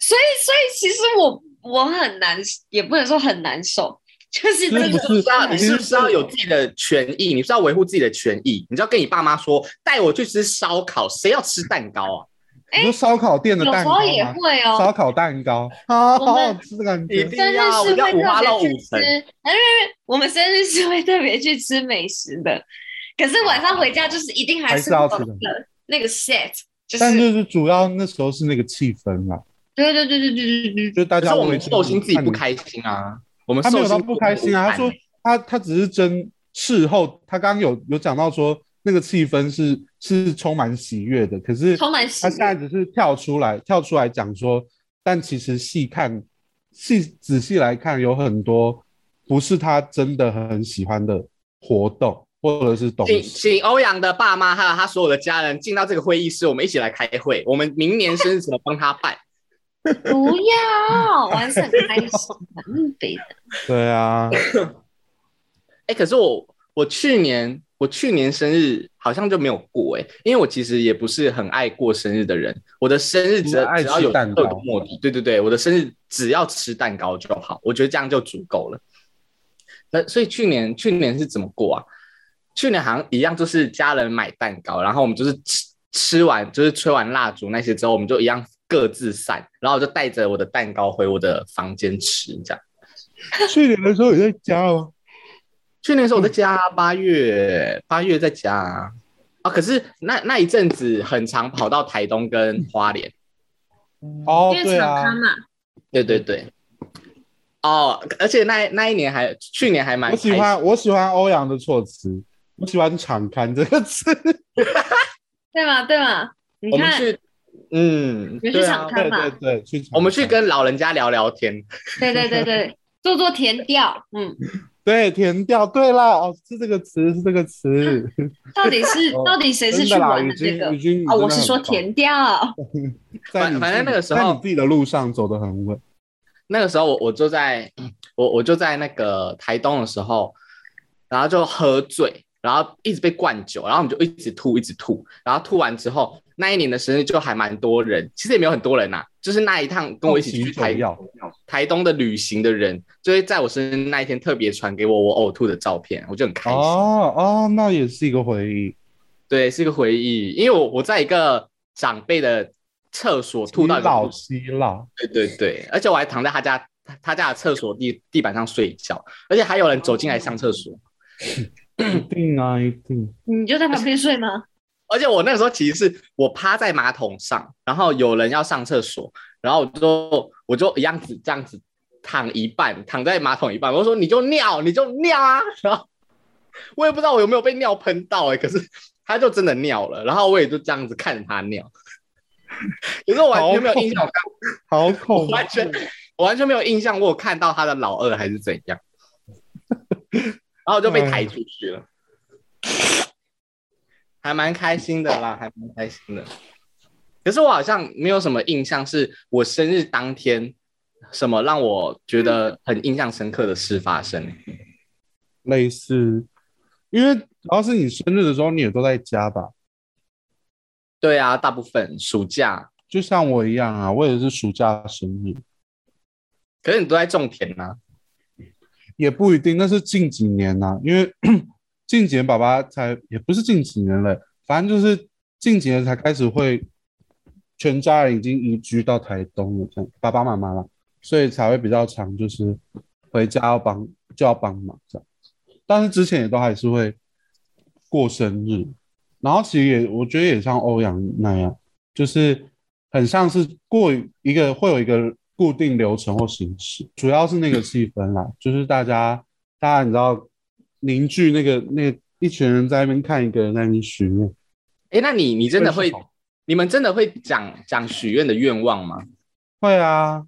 S1: 所以，所以其实我我很难，也不能说很难受，就是
S2: 那
S1: 真
S2: 不
S1: 的
S4: 知
S2: 是
S4: 道你是不是要有自己的权益？你是要维护自己的权益？你就要跟你爸妈说，带我去吃烧烤，谁要吃蛋糕啊？
S2: 你说烧烤店的
S1: 有
S2: 蛋
S1: 时
S2: 糕
S1: 候也
S2: 吗？
S1: 会哦。
S2: 烧烤蛋糕，好好好吃的感
S4: 一
S2: 觉。
S4: 定
S1: 生日
S4: 要，我
S1: 是
S4: 要
S1: 会
S4: 五花
S1: 特
S4: 肉
S1: 别
S4: 五
S1: 去吃， [LAUGHS]
S4: 层
S1: 哎，。没有没有我们生日是会特别去吃美食的，可是晚上回家就是一定
S2: 还
S1: 还
S2: 是
S1: 是
S2: 要
S1: 会有
S2: 吃的
S1: 那个 set，就
S2: 但
S1: 是
S2: 就是主要那时候是那个气氛啦，
S1: 对对对对对对对，
S2: 就大
S4: 可是
S2: 家
S4: 我
S2: 围
S4: 们
S2: 着
S4: 寿星自己
S2: 看
S4: 不
S2: 你
S4: 开心啊，我们
S2: 他没有
S4: 寿
S2: 到
S4: 星
S2: 不开心啊，他说他他只是真事后，他刚刚有有讲到说那个气氛是是充满喜悦的，可是
S1: 充满喜
S2: 他现在
S1: 悦。
S2: 只是跳出来跳出来讲说，但其实细看细仔细来看，有很多不是他真的很喜欢的活动或者是东
S4: 请
S2: 西。
S4: 请欧阳的爸妈还有他所有的家人进到这个会议室，我们一起来开会。我们明年生日怎么帮他办？
S1: 不要，玩是很开心的，嗯，
S2: [LAUGHS]
S1: 对的。
S2: 对啊，
S4: 哎、可是我我去年我去年生日好像就没有过哎、因为我其实也不是很爱过生日的人，我的生日只
S2: 你爱
S4: 只要有
S2: 吃蛋糕
S4: 有个目的，对对对，我的生日只要吃蛋糕就好，我觉得这样就足够了。那所以去年去年是怎么过啊？去年好像一样，就是家人买蛋糕，然后我们就是吃吃完，就是吹完蜡烛那些之后，我们就一样各自散，然后我就带着我的蛋糕回我的房间吃，这样。
S2: 去年的时候也在哦家吗？
S1: [LAUGHS]
S4: 去年的时
S1: 嗯
S4: 候我在家啊，八月八月在家啊，啊可是那那一阵子很常跑到台东跟花莲，
S2: 哦，
S1: 因为
S2: 对
S1: 场
S2: 啊
S1: 刊，嘛，
S4: 对对对，哦，而且那那一年还去年还蛮
S2: 我
S4: 开
S2: 喜
S4: 心，
S2: 欢我喜欢欧阳的措辞，我喜欢“敞开”这个词。
S1: 对吗？对吗？你
S4: 我们
S1: 看，
S4: 去，嗯，
S1: 你们去
S4: 对啊
S1: 场，刊
S2: 对
S1: 嘛
S2: 对，对，去
S4: 我们去
S2: 敞开
S4: 跟老人家聊聊天，
S1: 对对对对，做做填调，嗯，
S2: 对，填掉。对啦，哦，是这个词，是这个词。
S1: 到底是
S2: 哦
S1: 到底谁啊是
S2: 真
S1: 去
S2: 的啦，
S1: 玩
S2: 已
S1: 的这
S2: 经
S1: 个
S2: 已？经
S1: 哦，我是说，填调，
S2: 在
S4: 反
S2: 你
S4: 反
S2: 自
S4: 正
S2: 己
S4: 那个时
S2: 在
S4: 候
S2: 你自己的路上走得很稳。
S4: 那个时候我我就在我我就在那个台东的时候，然后就喝醉，然后一直被灌酒，然后我们就一直吐一直吐，然后吐完之后，那一年的生日就还蛮多人，其实也没有很多人呐、就是那一趟跟我一起去
S2: 痛
S4: 台
S2: 醒酒药
S4: 台东的旅行的人，就会在我生日那一天特别传给我我呕吐的照片，我就很开心。
S2: 哦哦，那也是一个回忆。
S4: 对，是一个回忆，因为我我在一个长辈的厕所吐到一
S2: 西
S4: 个
S2: 老
S4: 不
S2: 西老，
S4: 对对对，而且我还躺在他家他他家的厕所地地板上睡觉，而且还有人走进来上厕所。
S2: 一定啊，一定。
S1: 嗯你就在旁边睡吗？
S4: 而且我那个时候其实是我趴在马桶上，然后有人要上厕所，然后我就我就一样子这样子躺一半，躺在马桶一半，我就说你就尿你就尿啊， [LAUGHS] 然后我也不知道我有没有被尿喷到哎、可是他就真的尿了，然后我也就这样子看着他尿，可是我完全没有印象，
S2: 好
S4: 我
S2: 恐怖！
S4: 完全 [LAUGHS] 我完全没有印象，我有看到他的老二还是怎样，然后我就被抬出去了，还蛮开心的啦，还蛮开心的。可是我好像没有什么印象，是我生日当天什么让我觉得很印象深刻的事发生、
S2: 类似，因为主要是你生日的时候你也都在家吧？
S4: 对啊，大部分暑假，
S2: 就像我一样啊，我也是暑假生日，
S4: 可是你都在种田呐、
S2: 也不一定。那是近几年呐、因为 [CLEARS THROAT] 近几年爸爸才也不是近几年了，反正就是近几年才开始会，全家人已经移居到台东了，这样爸爸妈妈了，所以才会比较常就是回家要帮就要帮忙这样。但是之前也都还是会过生日，然后其实也我觉得也像欧阳那样，就是很像是过一个会有一个固定流程或形式，主要是那个气氛啦，就是大家大家你知道凝聚那个那个一群人在那边看一个人在那边许愿，
S4: 诶，那你你真的
S2: 会
S4: 会
S2: 是好，
S4: 你们真的会讲讲许愿的愿望吗？
S2: 会啊，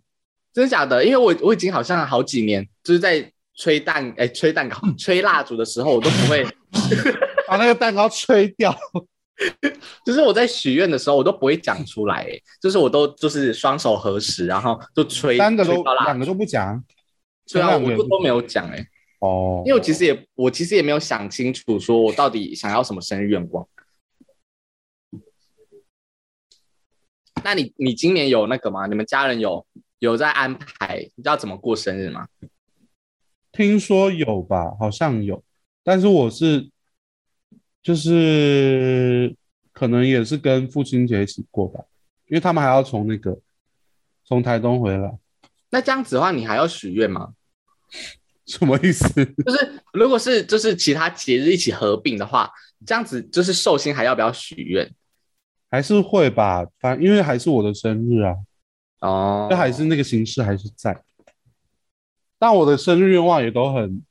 S4: 真的假的？因为我我已经好像好几年就是在吹蛋哎、吹蛋糕、
S2: 嗯
S4: 吹蜡烛的时候，我都不
S2: [LAUGHS]
S4: 会，
S2: 把那个蛋糕吹掉，
S4: 就是我在许愿的时候，我都不会讲出来、哎就是我都就是双手合十，然后就吹
S2: 三个都
S4: 吹到蜡
S2: 两
S4: 烛，
S2: 个都不讲，
S4: 对啊，
S2: 前两
S4: 我
S2: 个也
S4: 都
S2: 不
S4: 都没有讲哎、
S2: 哦，
S4: 因为我其实也我其实也没有想清楚，说我到底想要什么生日愿望。那你你今年有那个吗？你们家人有有在安排要怎么过生日吗？
S2: 听说有吧，好像有，但是我是就是可能也是跟父亲节一起过吧，因为他们还要从那个从台东回来，
S4: 那这样子的话，你还要许愿吗？
S2: 什么意思？ [LAUGHS]
S4: 就是如果是就是其他节日一起合并的话，这样子就是寿星还要不要许愿？
S2: 还是会吧，反因为还是我的生日啊，
S4: 哦
S2: 这还是那个形式还是在，但我的生日愿望也都很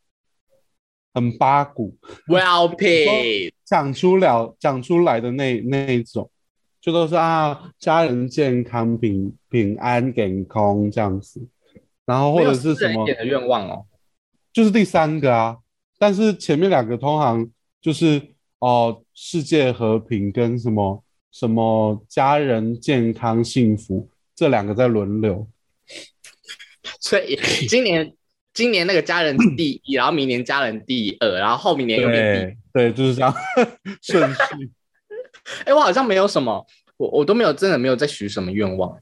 S2: 很八股，
S4: well paid，
S2: 讲出了讲出来的那那一种，就都是啊，家人健康平平安健康这样子，然后或者是什
S4: 没有私人
S2: 么
S4: 一，点的愿望哦。
S2: 就是第三个啊，但是前面两个通常就是哦、世界和平跟什么什么家人健康幸福这两个在轮流，
S4: 所以今年今年那个家人第一，然后明年家人第二，然后后明年又变第一。
S2: 对对，就是这样顺序。
S4: 哎，我好像没有什么，我我都没有真的没有在许什么愿
S2: [LAUGHS]
S4: 望。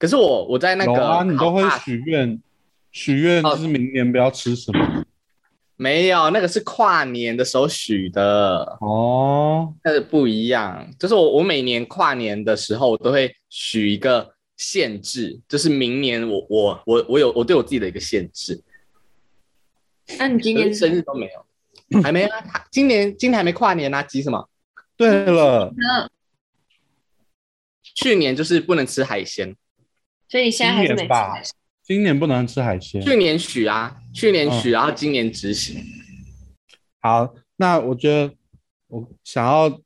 S4: 可是我我 [LAUGHS] 在那
S2: 有
S4: 个哦
S2: 啊，你都会
S4: 考大
S2: 许愿，许愿就是明年不要吃什么
S4: 没有那个是跨年的时候许的。
S2: 哦。
S4: 但是呃不一样，就是我我每年跨年的时候，我都会许一个限制，就是明年我我我我有我对我自己的一个限制，
S1: 那你今
S4: 可
S2: 呃
S1: 年
S4: 是生日都没有，还没啊，他今年今年还没跨年啊，急什么？
S2: 对了，
S1: 呢？
S4: 去年就是不能吃海鲜，
S1: 所以你现在还是没
S2: 今年吧
S1: 吃
S2: 今年不能吃海鲜。
S4: 去年许啊，去年许，
S2: 嗯
S4: 然后今年执行，
S2: 好，那我觉得我想要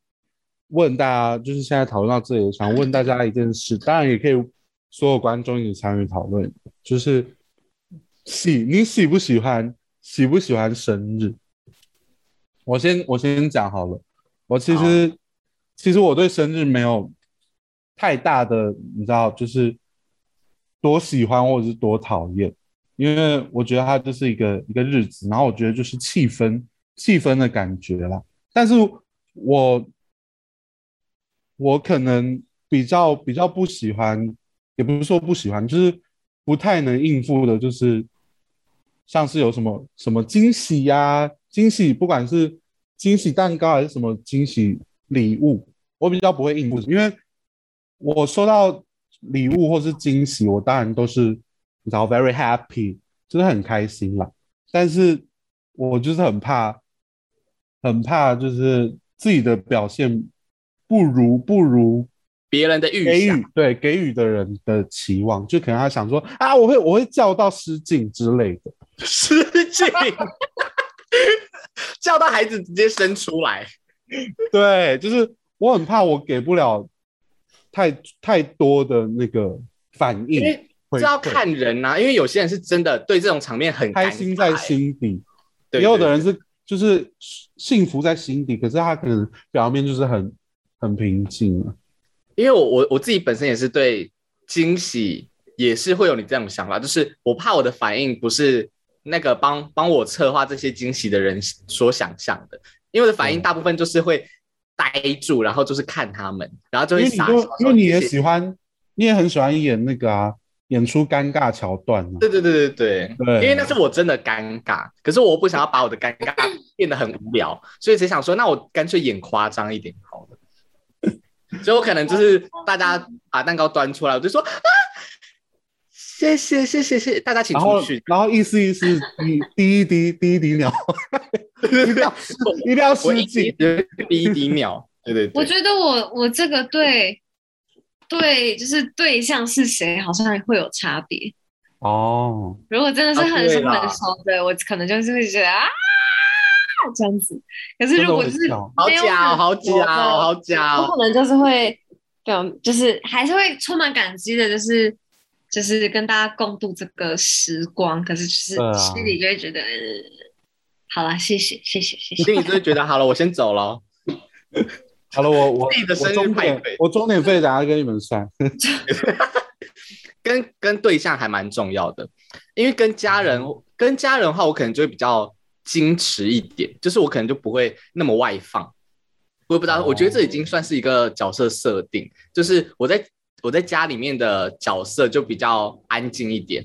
S2: 问大家，就是现在讨论到这里，想问大家一件事，当然也可以所有观众一起参与讨论，就是喜你喜不喜欢喜不喜欢生日？我先我先讲好了，我其实其实我对生日没有太大的，你知道，就是多喜欢或者是多讨厌。因为我觉得它就是一个一个日子，然后我觉得就是气氛气氛的感觉啦。但是我我可能比较比较不喜欢，也不是说不喜欢，就是不太能应付的，就是像是有什么什么惊喜呀、惊喜不管是惊喜蛋糕还是什么惊喜礼物，我比较不会应付，因为我收到礼物或是惊喜，我当然都是你知道 very happy，就是很开心啦。但是我就是很怕，很怕就是自己的表现不如不如
S4: 别人的
S2: 给
S4: 预想
S2: 予，对给予的人的期望，就可能他想说啊，我会我会叫到失禁之类的，
S4: [LAUGHS] 失禁，叫到孩子直接生出来，
S2: 对，就是我很怕我给不了太太多的那个反
S4: 因
S2: 应，
S4: 为
S2: 回
S4: 这要
S2: 馈
S4: 看人呐、因为有些人是真的对这种场面很
S2: 开
S4: 尴
S2: 心
S4: 尬
S2: 在
S4: 欸，
S2: 心底，
S4: 对
S2: 也有的
S4: 对
S2: 人是就是幸福在心底，可是他可能表面就是很很平静啊。
S4: 因为我我我自己本身也是对惊喜也是会有你这种想法，就是我怕我的反应不是那个帮帮我策划这些惊喜的人所想象的，因为我的反应
S2: 嗯
S4: 大部分就是会呆住，然后就是看他们，然后就会
S2: 因为你
S4: 傻
S2: 就
S4: 笑
S2: 因为你也
S4: 谢谢
S2: 喜欢，你也很喜欢演那个啊，演出尴尬桥段啊。
S4: 对对对对对，
S2: 对
S4: 因为那是我真的尴尬，可是我不想要把我的尴尬变得很无聊，所以只想说，那我干脆演夸张一点好 [LAUGHS] 了。所以我可能就是大家把蛋糕端出来，我就说啊，谢谢谢谢谢谢，大家请
S2: 然后
S4: 出去，，
S2: 然后意思意思，滴滴一滴滴一滴鸟，
S4: 一定要
S2: 一定要
S4: 我
S2: 失
S4: 一
S2: 禁
S4: 滴。第一滴秒，对对
S1: 我
S4: 对，
S1: 觉得我我这个对对，就是对象是谁，好像会有差别。
S2: 哦，
S1: 如果真的是
S4: 啊
S1: 很
S4: 对
S1: 熟
S4: 啦
S1: 很熟的，我可能就是会觉得啊这样子。可是如果就是
S2: 真的会笑
S4: 好
S1: 没有
S4: 假哦，
S1: 很
S4: 好
S1: 熟
S4: 假哦，
S1: 的
S4: 好假
S1: 我 [LAUGHS]
S4: 哦，
S1: 可能就是会表，就是还是会充满感激的，就是就是跟大家共度这个时光。可是就是
S2: 对啊
S1: 心里就会觉得，呃好啦，谢谢，谢谢，谢谢。
S4: 心里就会觉得好了，我先走了，
S2: 好了，我我
S4: 自己的
S2: 我
S4: 生日
S2: 终
S4: 派
S2: 点
S4: 对，
S2: 我终点费等下跟你们算。
S4: 跟跟对象还蛮重要的，因为跟家人
S2: 嗯
S4: 跟家人的话，我可能就会比较矜持一点，就是我可能就不会那么外放。我也不知道，
S2: 哦
S4: 我觉得这已经算是一个角色设定，就是我在我在家里面的角色就比较安静一点，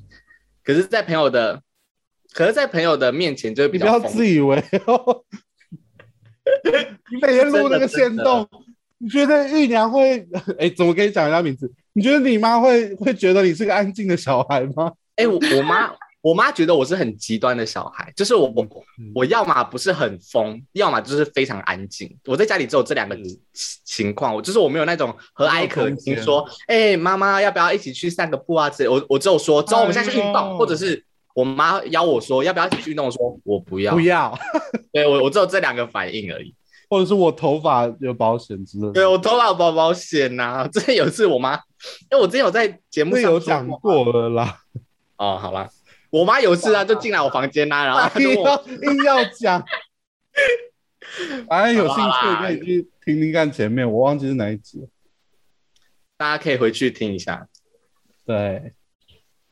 S4: 可是，在朋友的，可是，在朋友的面前就会比
S2: 你不
S4: 较
S2: 要
S4: 疯
S2: 自以为哦， [LAUGHS] 你每天录那
S4: 真的
S2: 个线动， [LAUGHS] 你觉得玉娘会？哎、怎么跟你讲人家名字？你觉得你妈会会觉得你是个安静的小孩吗？
S4: 哎、
S2: [LAUGHS]
S4: 我我妈我妈觉得我是很极端的小孩，就是我我
S2: 嗯
S4: 我要么不是很疯，要么就是非常安静。我在家里只有这两个
S2: 嗯
S4: 情况，我就是我没有那种和蔼可
S2: 没有空
S4: 亲
S2: 间
S4: 说，哎、妈妈要不要一起去散个步啊之类。我我只有说，走，我们现在去运
S2: 哎
S4: 动，
S2: 呦
S4: 或者是我妈邀我说要不要一起去运动，我说我不要。
S2: 不要，
S4: 对我我只有这两个反应而已。
S2: 或者是我头发有保险之类的。
S4: 对我头发保保险呐、 [LAUGHS] 之前有一次我妈，因为我之前有在节目
S2: 这
S4: 上
S2: 有
S4: 说
S2: 讲过了啦，
S4: 哦，好啦，我妈有一次啊就进来我房间啦、然后她就问
S2: 硬
S4: 我
S2: 要哎硬要 [LAUGHS] 讲。反正有兴趣
S4: 好啦
S2: 的可以去听听看前面，我忘记是哪一集了。
S4: 大家可以回去听一下。
S2: 对，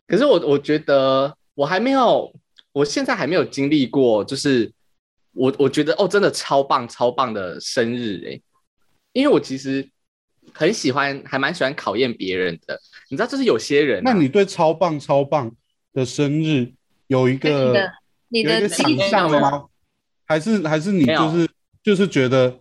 S4: 可是我我觉得我还没有，我现在还没有经历过，就是我我觉得哦，真的超棒超棒的生日哎、因为我其实很喜欢，还蛮喜欢考验别人的。你知道，就是有些人啊、
S2: 那你对超棒超棒的生日有一
S1: 跟你
S2: 个
S1: 的你
S2: 有一
S1: 的
S2: 个
S1: 记
S2: 想
S1: 忆
S2: 象吗？还是还是你
S4: 没有
S2: 就是就是觉得，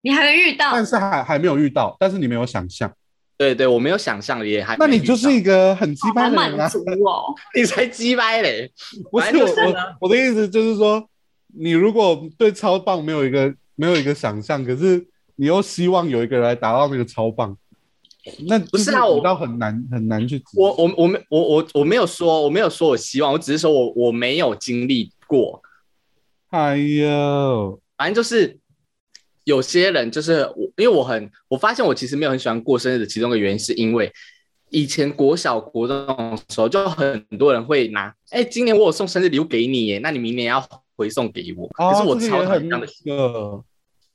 S1: 你还没遇到
S2: 但是还还没有遇到，但是你没有想象，
S4: 对对，我没有想象也还没
S2: 那你
S4: 遇
S2: 就
S4: 到
S2: 是一个很鸡
S1: 好
S2: 巴的人
S1: 满
S2: 啊！
S1: 足哦。
S4: [LAUGHS] 你才鸡掰嘞，
S2: 不是
S4: 反正
S2: 我
S4: 就是
S2: 我我的意思就是说，你如果对超棒没有一个没有一个想象，可是你又希望有一个人来达到那个超棒，那
S4: 不是啊我
S2: 我到很难很难去执行
S4: 我我我没我我我没有说我没有说我希望，我只是说我我没有经历过，
S2: 哎呦，
S4: 反正就是有些人就是我，因为我很我发现我其实没有很喜欢过生日的其中一个原因，是因为以前国小国中的时候，就很多人会拿，哎、今年我有送生日礼物给你耶，那你明年要回送给我。可是我
S2: 哦这个
S4: 超
S2: 也
S4: 讨
S2: 很
S4: 厌这
S2: 那
S4: 样的，
S2: 个，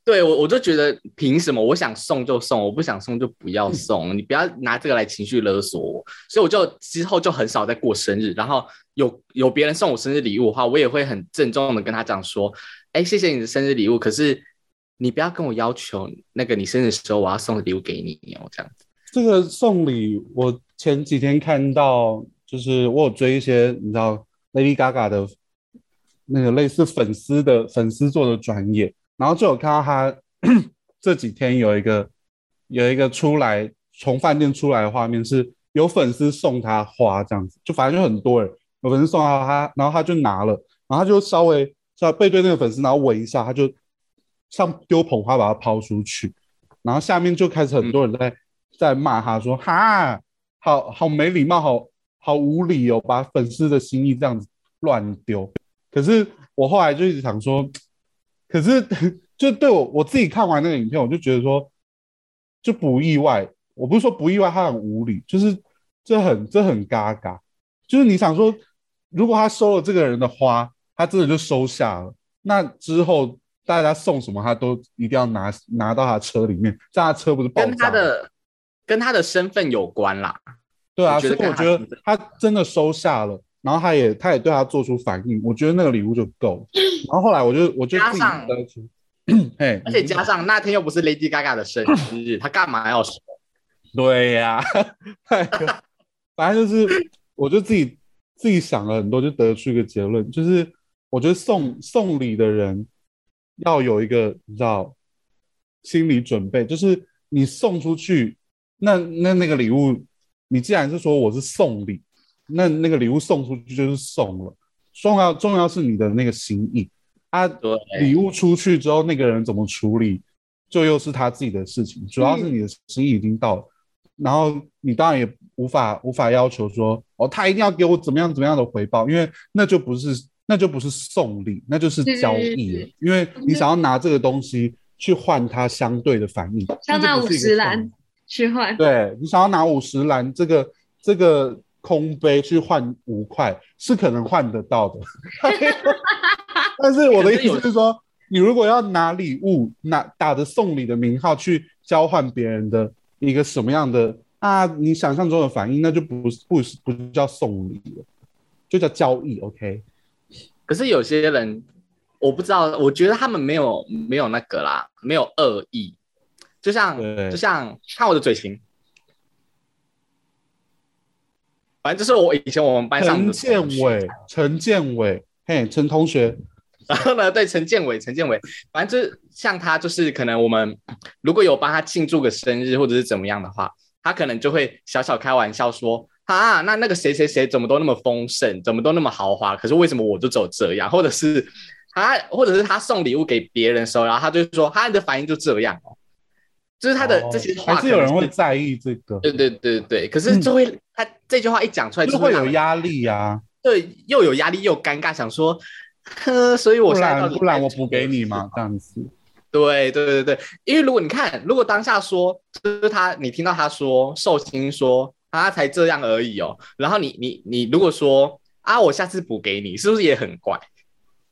S4: 对我我就觉得凭什么？我想送就送，我不想送就不
S2: 嗯
S4: 要送，你不要拿这个来情绪勒索我。所以我就之后就很少再过生日，然后有有别人送我生日礼物的话，我也会很郑重的跟他讲说，哎，谢谢你的生日礼物，可是你不要跟我要求那个你生日的时候我要送的礼物给你哦，这样子。
S2: 这个送礼，我前几天看到，就是我有追一些你知道 Lady Gaga 的那个类似粉丝的粉丝做的专业，然后就有看到她 [COUGHS] 这几天有一个有一个出来从饭店出来的画面，是有粉丝送她花这样子，就反正就很多人有粉丝送她花，然后她就拿了，然后她就稍微所以他背对那个粉丝，然后围一下，他就像丢捧花把他抛出去，然后下面就开始很多人在、在骂他说哈，好好没礼貌，好好无理哦，把粉丝的心意这样子乱丢。可是我后来就一直想说，可是就对我我自己看完那个影片，我就觉得说就不意外。我不是说不意外，他很无理，就是这很这很嘎嘎。就是你想说，如果他收了这个人的花，他真的就收下了，那之后大家送什么，他都一定要拿拿到他车里面，这样他车不是爆炸？
S4: 跟他的跟他的身份有关啦。
S2: 对啊，
S4: 我
S2: 所
S4: 觉
S2: 以
S4: 得
S2: 我
S4: 跟
S2: 觉
S4: 他
S2: 得
S4: 平等
S2: 他真的收下了，然后他也他也对他做出反应，我觉得那个礼物就够了。然后后来我就我就
S4: 加
S2: 自己
S4: 上
S2: 在出， [CLEARS THROAT] 嘿，
S4: 而且加上那天又不是 Lady Gaga 的生日，他干嘛要收？
S2: 对呀、太可反正就是，我就自己自己想了很多，就得出一个结论，就是我觉得送送礼的人要有一个你知道心理准备，就是你送出去，那那那个礼物，你既然是说我是送礼，那那个礼物送出去就是送了，重要重要是你的那个心意啊，
S4: 对，
S2: 礼物出去之后，那个人怎么处理，就又是他自己的事情。主要是你的心意已经到了，然后你当然也无法无法要求说，哦，他一定要给我怎么样怎么样的回报，因为那就不是那就不是送礼，那就是交易了。因为你想要拿这个东西去换它相对的反应，
S1: 像那
S2: 那就不是一个
S1: 50
S2: 送
S1: 兰
S2: 礼
S1: 去 [LAUGHS] 换，
S2: 对你想要拿五十兰这个这个空杯去换五块，是可能换得到的。 [LAUGHS] 但是我的意思是说，你如果要拿礼物，拿打着送礼的名号去交换别人的一个什么样的啊，你想象中的反应，那就不是不是不叫送礼了，就叫交易。OK，
S4: 可是有些人我不知道，我觉得他们没有没有那个啦，没有恶意。就像
S2: 对
S4: 就像看我的嘴型，反正就是我以前我们班上
S2: 陈
S4: 的
S2: 建
S4: 同学
S2: 伟，陈建伟，嘿，陈同学，
S4: [LAUGHS] 然后呢，对陈建伟，陈建伟，反正就是像他，就是可能我们如果有帮他庆祝个生日或者是怎么样的话，他可能就会小小开玩笑说。啊，那那个谁谁谁怎么都那么丰盛，怎么都那么豪华，可是为什么我就只有这样？或者是他，或者是他送礼物给别人的时候，然后他就说他的反应就这样哦，就是他的这些
S2: 哦
S4: 话、
S2: 还是有人会，在意这个，
S4: 对对对对，可是就会、他这句话一讲出来，
S2: 就是
S4: 就
S2: 会
S4: 让
S2: 有
S4: 人
S2: 压力呀、啊。
S4: 对，又有压力又尴尬，想说，呵，所以我
S2: 不
S4: 现在到
S2: 然
S4: 底
S2: 不然
S4: 该
S2: 我
S4: 做
S2: 补给你
S4: 什么
S2: 嘛，这样子。
S4: 对对对对，因为如果你看，如果当下说，就是他，你听到他说寿星说啊，才这样而已哦，然后你你你如果说啊，我下次补给你，是不是也很怪？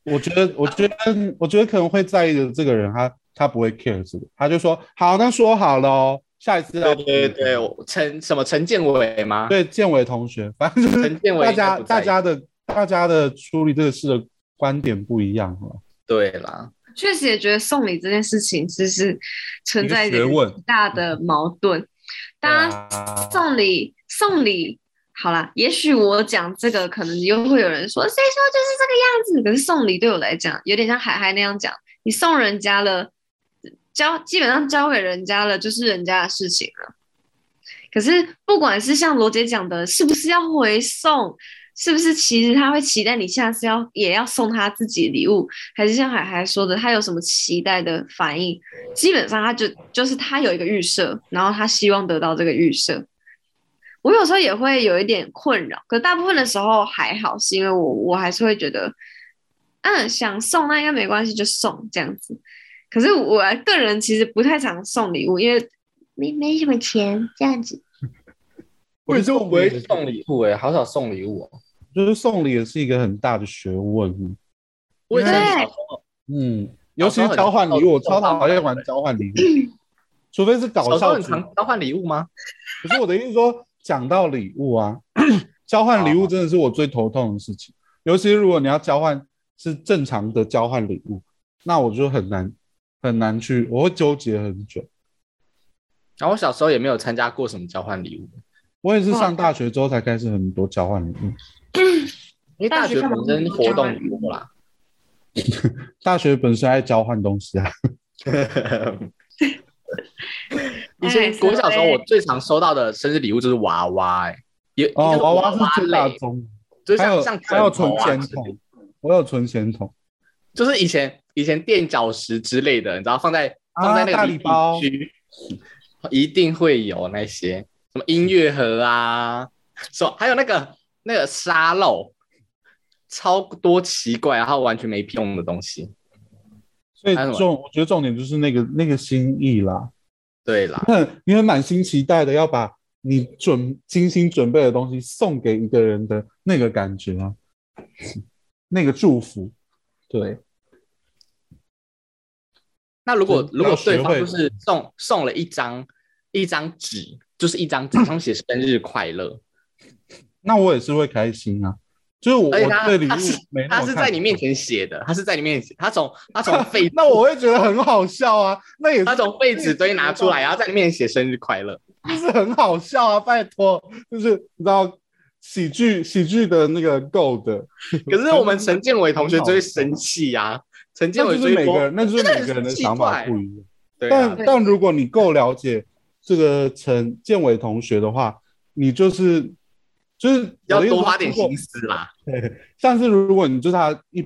S2: 我觉得，我觉得，我觉得可能会在意的这个人，他他不会 care 这个，他就说好，那说好了哦，下一次要
S4: 对对对，我陈什么陈建伟吗？
S2: 对建伟同学，反正就是
S4: 陈建伟
S2: 大
S4: 应该
S2: 家
S4: 不
S2: 大
S4: 在意
S2: 家的大家的处理这个事的观点不一样哦了，
S4: 对啦，
S1: 确实也觉得送礼这件事情其实存在一
S2: 一个
S1: 点
S2: 学问嗯啊
S1: 很大的矛盾。大家
S4: 啊
S2: 家
S1: 送礼送礼，好啦，也许我讲这个，可能又会有人说，谁说就是这个样子？可是送礼对我来讲，有点像海海那样讲，你送人家了，交基本上交给人家了，就是人家的事情了。可是不管是像罗姐讲的，是不是要回送？是不是其实他会期待你下次要也要送他自己礼物，还是像海海说的，他有什么期待的反应？基本上他就就是他有一个预设，然后他希望得到这个预设。我有时候也会有一点困扰，可大部分的时候还好，是因为我我还是会觉得，嗯，想送那应该没关系，就送这样子。可是我啊个人其实不太常送礼物，因为没没什么钱这样子。
S2: 我啊就
S4: 不会送礼物哎、好少送礼物哦。
S2: 就是送礼也是一个很大的学问，哦
S4: 我以前
S1: 对
S4: 小时候
S2: 嗯，尤其是交换礼物，我超讨厌玩交换礼物，除非是搞
S4: 小时候
S2: 笑
S4: 很
S2: 组
S4: 常交换礼物吗？
S2: 可是我的意思说，讲到礼物啊，交换礼物真的是我最头痛的事情。尤其是如果你要交换是正常的交换礼物，那我就很难很难去，我会纠结很久。
S4: 然后我小时候也没有参加过什么交换礼物，
S2: 我也是上大学之后才开始很多交换礼物。
S4: 因为大
S1: 大学
S4: 学
S1: 干嘛
S4: 本身
S1: 不
S4: 活
S1: 交
S4: 动
S1: 换礼物
S4: 多啦。
S2: 大学本身爱交换东西啊，
S4: [LAUGHS] 以前国小时候，我最常收到的生日礼物就是娃娃、欸，也
S2: 哦，娃
S4: 娃
S2: 娃是最大
S4: 类，
S2: 宗，
S4: 就
S2: 还有
S4: 像像
S2: 还有
S4: 枕
S2: 存
S4: 头啊
S2: 钱
S4: 之类的
S2: 筒，我有存钱筒，
S4: 就是以前以前垫脚石之类的，你知道放在放在那
S2: 啊大
S4: 个
S2: 礼包
S4: 区，一定会有那些什么音乐盒啊，说还有那个那个沙漏，超多奇怪然后完全没屁用的东西。
S2: 所以
S4: 还有什么
S2: 重，我觉得重点就是那个那个心意啦。
S4: 对啦，
S2: [COUGHS] 很，你很满心期待的要把你准精心准备的东西送给一个人的那个感觉啊， [LAUGHS] 那个祝福，对，
S4: 那如果
S2: 真的
S4: 如果
S2: 要学
S4: 对方
S2: 会
S4: 就是送送了一张一张纸，就是一张纸上写生日快乐，
S2: 那我也是会开心啊。就是我
S4: 而且
S2: 我
S4: 他
S2: 对礼物
S4: 他是
S2: 没那
S4: 他
S2: 么
S4: 是
S2: 看
S4: 在你
S2: 重
S4: 面前写的，他是在你面前，他
S2: [LAUGHS]
S4: 从他从废
S2: 那我会觉得很好笑啊，那也是
S4: 他从废纸堆拿出
S2: [LAUGHS]
S4: 来，然啊后在里面写生日快乐。
S2: 就是很好笑啊，拜托，就是你知道喜剧喜剧的那个够的，
S4: 可是我们陈建伟同学就会生气啊，陈建
S2: 那
S4: 伟
S2: 就
S4: 追
S2: 是每个
S4: 波，
S2: 人那就是
S4: 真的
S2: 每个人的
S4: 很奇
S2: 想法
S4: 怪
S2: 不一样。
S4: 对啊
S2: 但，但如果你够了解这个陈建伟同学的话，你就是就是
S4: 要
S2: 我的意思
S4: 多
S2: 是
S4: 花点
S2: 如果
S4: 心思啦。
S2: 像是如果你就是他一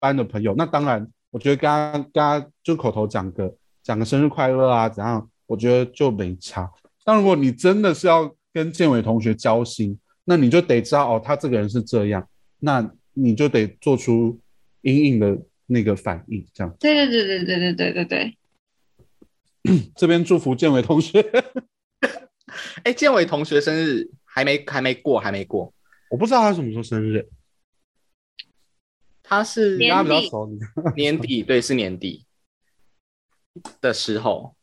S2: 般的朋友，那当然，我觉得跟他跟他就口头讲个讲个生日快乐啊，怎样，我觉得就没差。但如果你真的是要跟建伟同学交心，那你就得知道哦，他这个人是这样，那你就得做出隐隐的那个反应。这样，
S1: 对对对对对对对对
S2: 啊
S1: 对，
S2: 这边祝福建伟同学，
S4: 哎，建伟同学生日还没还没过，还没过，
S2: 我不知道他什么时候生日，
S4: 他是
S2: 你
S1: 年
S2: 跟他比较
S1: 底
S2: 熟，你 [LAUGHS]
S4: 年底，对，是年底的时候。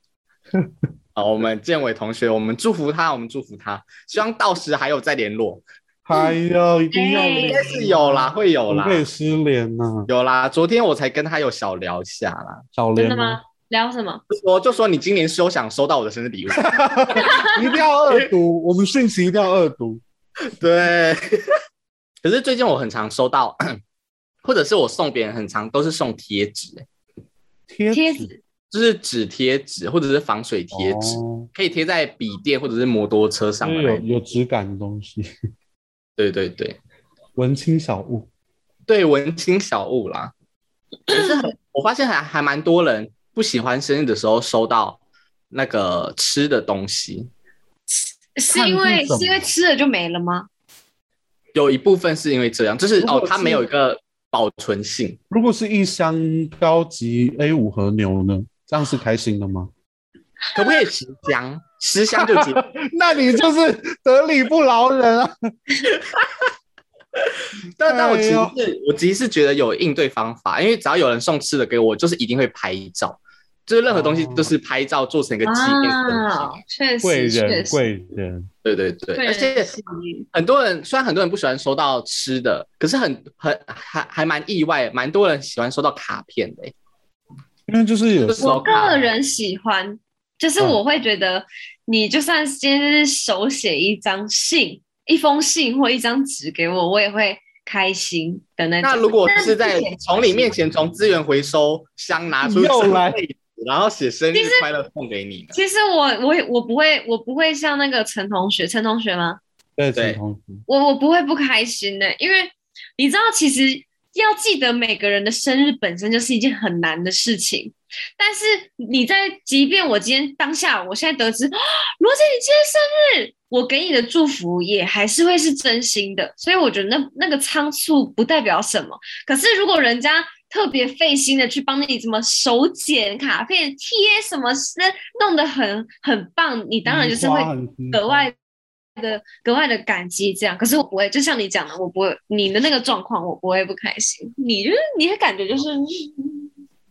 S4: 好，我们建伟同学，我们祝福他，我们祝福他，希望到时还有再联络，
S2: 哎呦，一定要
S1: 哎
S4: 应
S2: 的
S4: 该是有啦，会有
S2: 我们
S4: 啦，
S2: 可以失联呐、
S4: 有啦。昨天我才跟他有小聊一下啦，
S2: 小
S1: 真
S2: 联啊
S1: 的吗？？聊什么？
S4: 就说就说你今年休想收到我的生日礼物，
S2: [LAUGHS] 一定要恶毒，我们讯息一定要恶毒。
S4: 对，可是最近我很常收到， [CLEARS THROAT] 或者是我送别人很常都是送贴纸、欸
S2: 贴
S1: 贴
S2: 纸
S1: 纸
S4: 就是纸贴纸或者是防水贴纸，
S2: 哦哎
S4: 可以贴在笔电或者是摩托车上
S2: 就
S4: 的
S2: 是
S4: 那
S2: 有
S4: 种。
S2: 有质感的东西，
S4: 对对对
S2: 文青小物。
S4: 对，文青小物啦。可是很我发现还还蛮多人不喜欢生日的时候收到那个吃的东西，
S1: 是因
S2: 看
S1: 为
S2: 是什么
S1: 是因为吃了就没了吗？
S4: 有一部分是因为这样，就是
S2: 如果
S4: 哦，它
S2: 是
S4: 没有一个保存性。
S2: 如果是一箱高级 A 五和牛呢？这样是开心的吗？ [LAUGHS]
S4: 可不可以十箱？十箱就结束。
S2: 那你就是得理不饶人啊！
S4: 但但我其实
S2: 哎
S4: 是我其实是觉得有应对方法，因为只要有人送吃的给我，我就是一定会拍照，就是任何东西
S2: 哦
S4: 都是拍照做成一个纪念的
S1: 啊
S4: 东西。，
S1: 确
S2: 贵
S1: 实确
S2: 人
S1: 实，
S2: 贵人，
S4: 对对对，
S1: 贵
S4: 而且
S1: 人是
S4: 很多人虽然很多人不喜欢收到吃的，可是很很还还蛮意外，蛮多人喜欢收到卡片的、欸。
S2: 因为就是有时候
S1: 我个人喜欢，就是
S4: 嗯
S1: 我会觉得，你就算今天是手写一张信、一封信或一张纸给我，我也会开心的那种。
S4: 那如果
S1: 但
S4: 是在
S1: 写
S4: 从你面前从资源回收箱拿出
S2: 又来
S4: 生日然后写生日快乐送给你呢，
S1: 其实我我也我不会我不会像那个陈同学，陈同学吗？
S2: 对
S4: 对
S2: 陈同学，
S1: 我我不会不开心的、因为你知道，其实要记得每个人的生日本身就是一件很难的事情。但是你在，即便我今天当下，我现在得知啊罗姐你今天生日，我给你的祝福也还是会是真心的，所以我觉得那那个仓促不代表什么。可是如果人家特别费心的去帮你怎么手剪卡片、贴什么，那弄得很很棒，你当然就是会
S2: 花很心
S1: 格外的格外的感激这样。可是我不会，就像你讲的，我不会你的那个状况，我不会不开心。你就是你的感觉就是 [LAUGHS]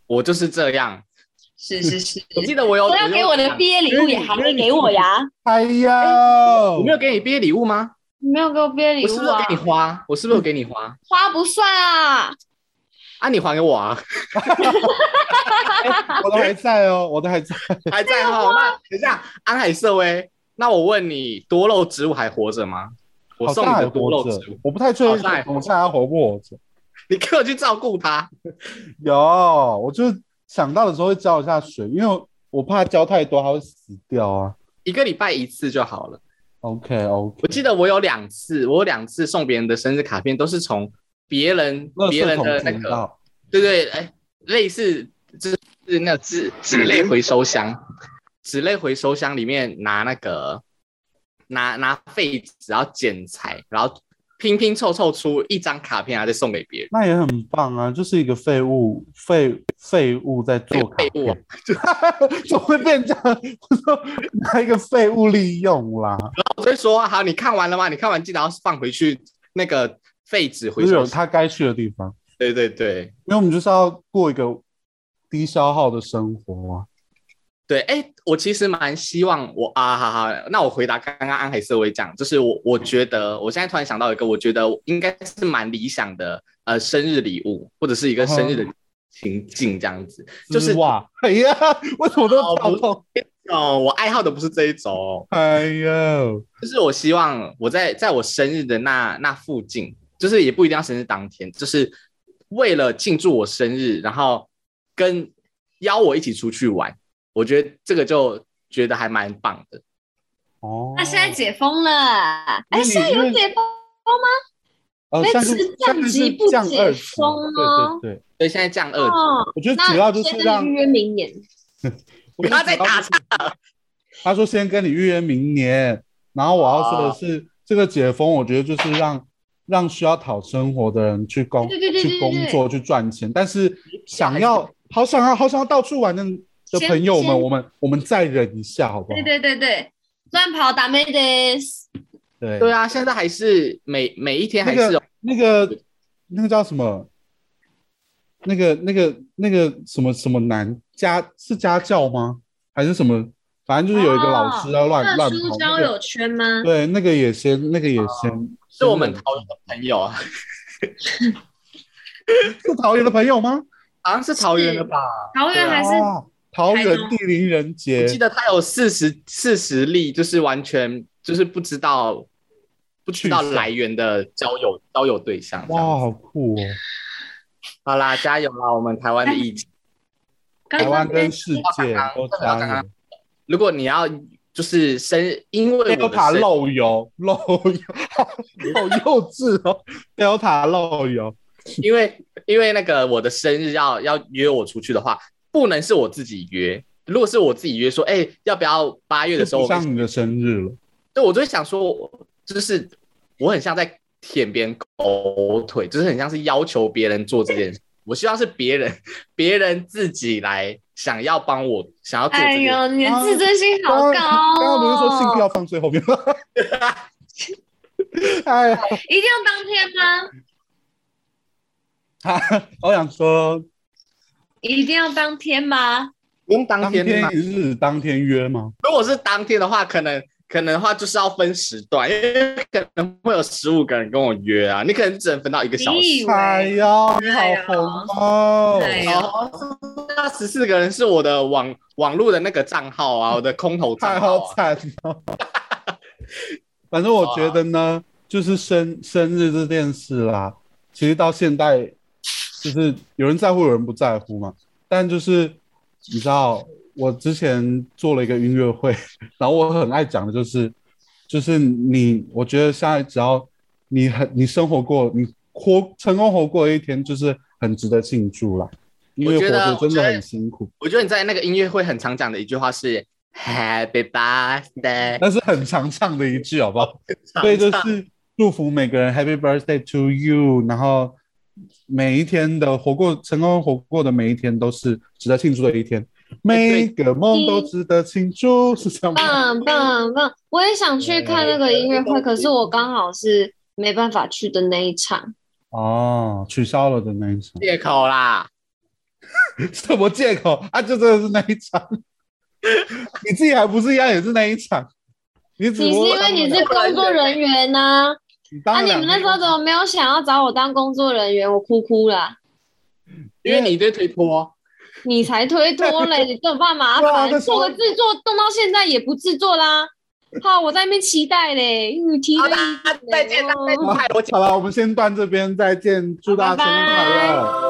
S4: 我就是这样。
S1: 是是是，
S4: 我记得我有
S1: 我要
S4: 有
S1: 给我的毕业礼物也还没给我呀，
S2: 哎呦
S4: 我没有给你毕业礼物吗？
S1: 你没有给我毕业礼
S4: 我是不
S1: 物
S4: 是有
S1: 啊
S4: 给，你花？我是不是有给你花？
S1: 花不算啊。
S4: 啊，你还给我啊？
S2: 我都还在哦，我都还在。
S4: 还在哈？那等一下，安海瑟薇，那我问你，多肉植物还活着吗？我
S2: 好
S4: 送
S2: 像
S4: 你
S2: 还
S4: 的多
S2: 活
S4: 肉
S2: 着
S4: 植物，，
S2: 我不太确
S4: 好
S2: 定
S4: 像还活着
S2: 我现在还活不活着。
S4: 你给我去照顾它。
S2: 有，我就想到的时候会浇一下水，因为我怕浇太多它会死掉啊。
S4: 一个礼拜一次就好了。
S2: OK OK，
S4: 我记得我有两次，我有两次送别人的生日卡片，都是从别人别人的那个，对对，哎，类似就是那纸纸类回收箱，纸类回收箱里面拿那个拿拿废纸，然后剪裁，然后拼拼凑凑出一张卡片，然后再送给别人。
S2: 那也很棒啊，就是一个废物废废物在做卡
S4: 废物啊
S2: 片， [LAUGHS] 怎么会变这样？ [LAUGHS] 我说拿一个废物利用啦，
S4: 我就会说好，你看完了吗？你看完记得要放回去那个废纸回
S2: 就是
S4: 收
S2: 有
S4: 箱。
S2: 它该去的地方，
S4: 对对对
S2: 因为我们就是要过一个低消耗的生活啊。
S4: 对，哎，我其实蛮希望我啊，好好，那我回答刚刚安海社会讲，就是我我觉得我现在突然想到一个，我觉得应该是蛮理想的呃生日礼物，或者是一个生日的情境这样子。就是
S2: 哇，哎呀， [LAUGHS] 为什么都
S4: 哦
S2: 跳
S4: 不
S2: 痛？
S4: 哦，我爱好的不是这一种，
S2: [LAUGHS] 哎
S1: 哦
S2: 呦，
S4: 就是我希望我在在我生日的那那附近，就是也不一定要生日当天，就是为了庆祝我生日，然后跟邀我一起出去玩，我觉得这个就觉得还蛮棒的。
S2: 哦，
S1: 那现在解封了，
S2: 那
S1: 哎，
S2: 你
S1: 现在有
S2: 因为
S1: 解封，
S2: 呃，
S1: 哎
S2: 像是
S1: 吃降
S2: 像是
S1: 级不
S2: 降
S1: 解
S2: 二级
S1: 封哦
S2: 对对对，
S4: 所以现在降二级，
S1: 哦，
S2: 我觉得
S1: 那
S2: 呃主要就
S1: 先
S2: 是
S1: 跟
S2: 让
S1: 你预约明年，
S2: 不
S4: 不要再打岔。
S2: 他说先跟你预约明年，然后我要说的
S4: 哦
S2: 是，这个解封，我觉得就是让让需要讨生活的人去工
S1: 对对对对
S2: 去工作去赚钱，但是想
S4: 还
S2: 要好想要好想要到处玩的的
S1: 先
S2: 朋友们，
S1: 先
S2: 我们我们再忍一下，好不好
S1: 对？对对对，乱跑打妹的，
S2: 对
S4: 对啊，现在还是每每一天还是有
S2: 那个那个叫什么？那个那个那个什么什么男家是家教吗？还是什么？反正就是有一个
S1: 哦
S2: 老师啊要乱
S1: 特
S2: 乱
S1: 殊
S2: 跑。
S1: 交
S2: 那个
S1: 友哦圈吗？
S2: 对，那个也先，那个也先，
S4: 是
S2: 先
S4: 我们
S2: 忍
S4: 桃园的朋友啊，
S2: 是桃园的朋友吗？
S4: 好像是桃园的吧？
S2: 啊
S1: 桃园还是
S2: 哦，桃
S1: 台
S2: 园
S1: 中
S2: 地灵人杰
S4: 我，记得他有四十四十例，就是完全就是不知道不知道
S2: 去向
S4: 来源的交友交友对象。
S2: 哇，
S4: 啊哇，
S2: 好酷哦！
S4: 好啦，加油啦！我们台湾的疫情，
S1: 刚
S2: 台湾
S1: 刚
S2: 跟世界
S4: 刚刚
S2: 都
S4: 刚
S2: 加
S4: 刚
S2: 油，
S4: 如果你要就是生日，因为我的
S2: Delta
S4: 生
S2: 漏油，漏油， [LAUGHS] 好幼稚哦！Delta 漏油，
S4: 因为因为那个我的生日要要约我出去的话，不能是我自己约。如果是我自己约说，哎、要不要八月的时候
S2: 就
S4: 我
S2: 不
S4: 们
S2: 像你的生日了，
S4: 对，我就会想说，就是我很像在舔别人狗腿，就是很像是要求别人做这件事。我希望是别人，别人自己来想要帮我，想要做
S1: 哎
S4: 这件事。
S1: 呦，你的自尊心好高哦！
S2: 啊
S1: 哦
S2: 刚刚不是说性癖要放最后面吗？ [LAUGHS] 哎呀，
S1: 一定要当天吗？
S2: 啊我想说，
S1: 一定要当天吗？
S4: 不用当
S2: 当
S4: 天
S2: 天
S4: 嘛，
S2: 一日当天约吗？
S4: 如果是当天的话，可能可能的话就是要分时段，因为可能会有十五个人跟我约啊，你可能只能分到一个小
S1: 你以
S4: 时。
S1: 为
S2: 哎呀，你好红哦！
S1: 哎呦
S4: 哦，那十四个人是我的网网络的那个账号啊，我的空头
S2: [LAUGHS] 太
S4: 账号、
S2: 好
S4: 啊。啊
S2: 惨了。 [LAUGHS] 反正我觉得呢，就是生生日这件事啦，其实到现代，就是有人在乎，有人不在乎嘛。但就是你知道，我之前做了一个音乐会， [LAUGHS] 然后我很爱讲的就是，就是你，我觉得现在只要你很你生活过，你活成功活过一天，就是很值得庆祝啦。因为
S4: 我
S2: 活
S4: 觉得
S2: 着真的
S4: 我觉得
S2: 很辛苦，
S4: 我觉得你在那个音乐会很常讲的一句话是 “Happy Birthday”，
S2: 那是很常唱的一句，好不好？所以就是祝福每个人 Happy Birthday to you，然后每一天的活过成功活过的每一天都是值得庆祝的一天，每个梦都值得庆祝，是这样吗？
S1: 棒棒棒！我也想
S2: 嗯
S1: 去看那个音乐会，可是我刚好是没办法去的那一场。
S2: 哦，取消了的那一场， [LAUGHS]
S4: 借口啦。
S2: 什么借口啊？就真的是那一场， [LAUGHS] 你自己还不是一样也是那一场？你只
S1: 你是
S2: 不过
S1: 因为你是工作人员呐、
S2: 你
S1: 那、
S2: 当
S1: 你
S2: 然
S1: 们那时候怎么没有想要找我当工作人员？我哭哭啦！
S4: 因为你一堆推脱，
S1: 你才推脱嘞，你这么怕麻
S2: 对啊那
S1: 烦，
S2: 时候
S1: 做个制作，动到现在也不制作啦。好，我在那边期待嘞，你提
S4: 好
S1: 了哦
S4: 啦，再见，再见，害我讲
S2: 好了，我们先断这边，再见，祝大家生日快乐。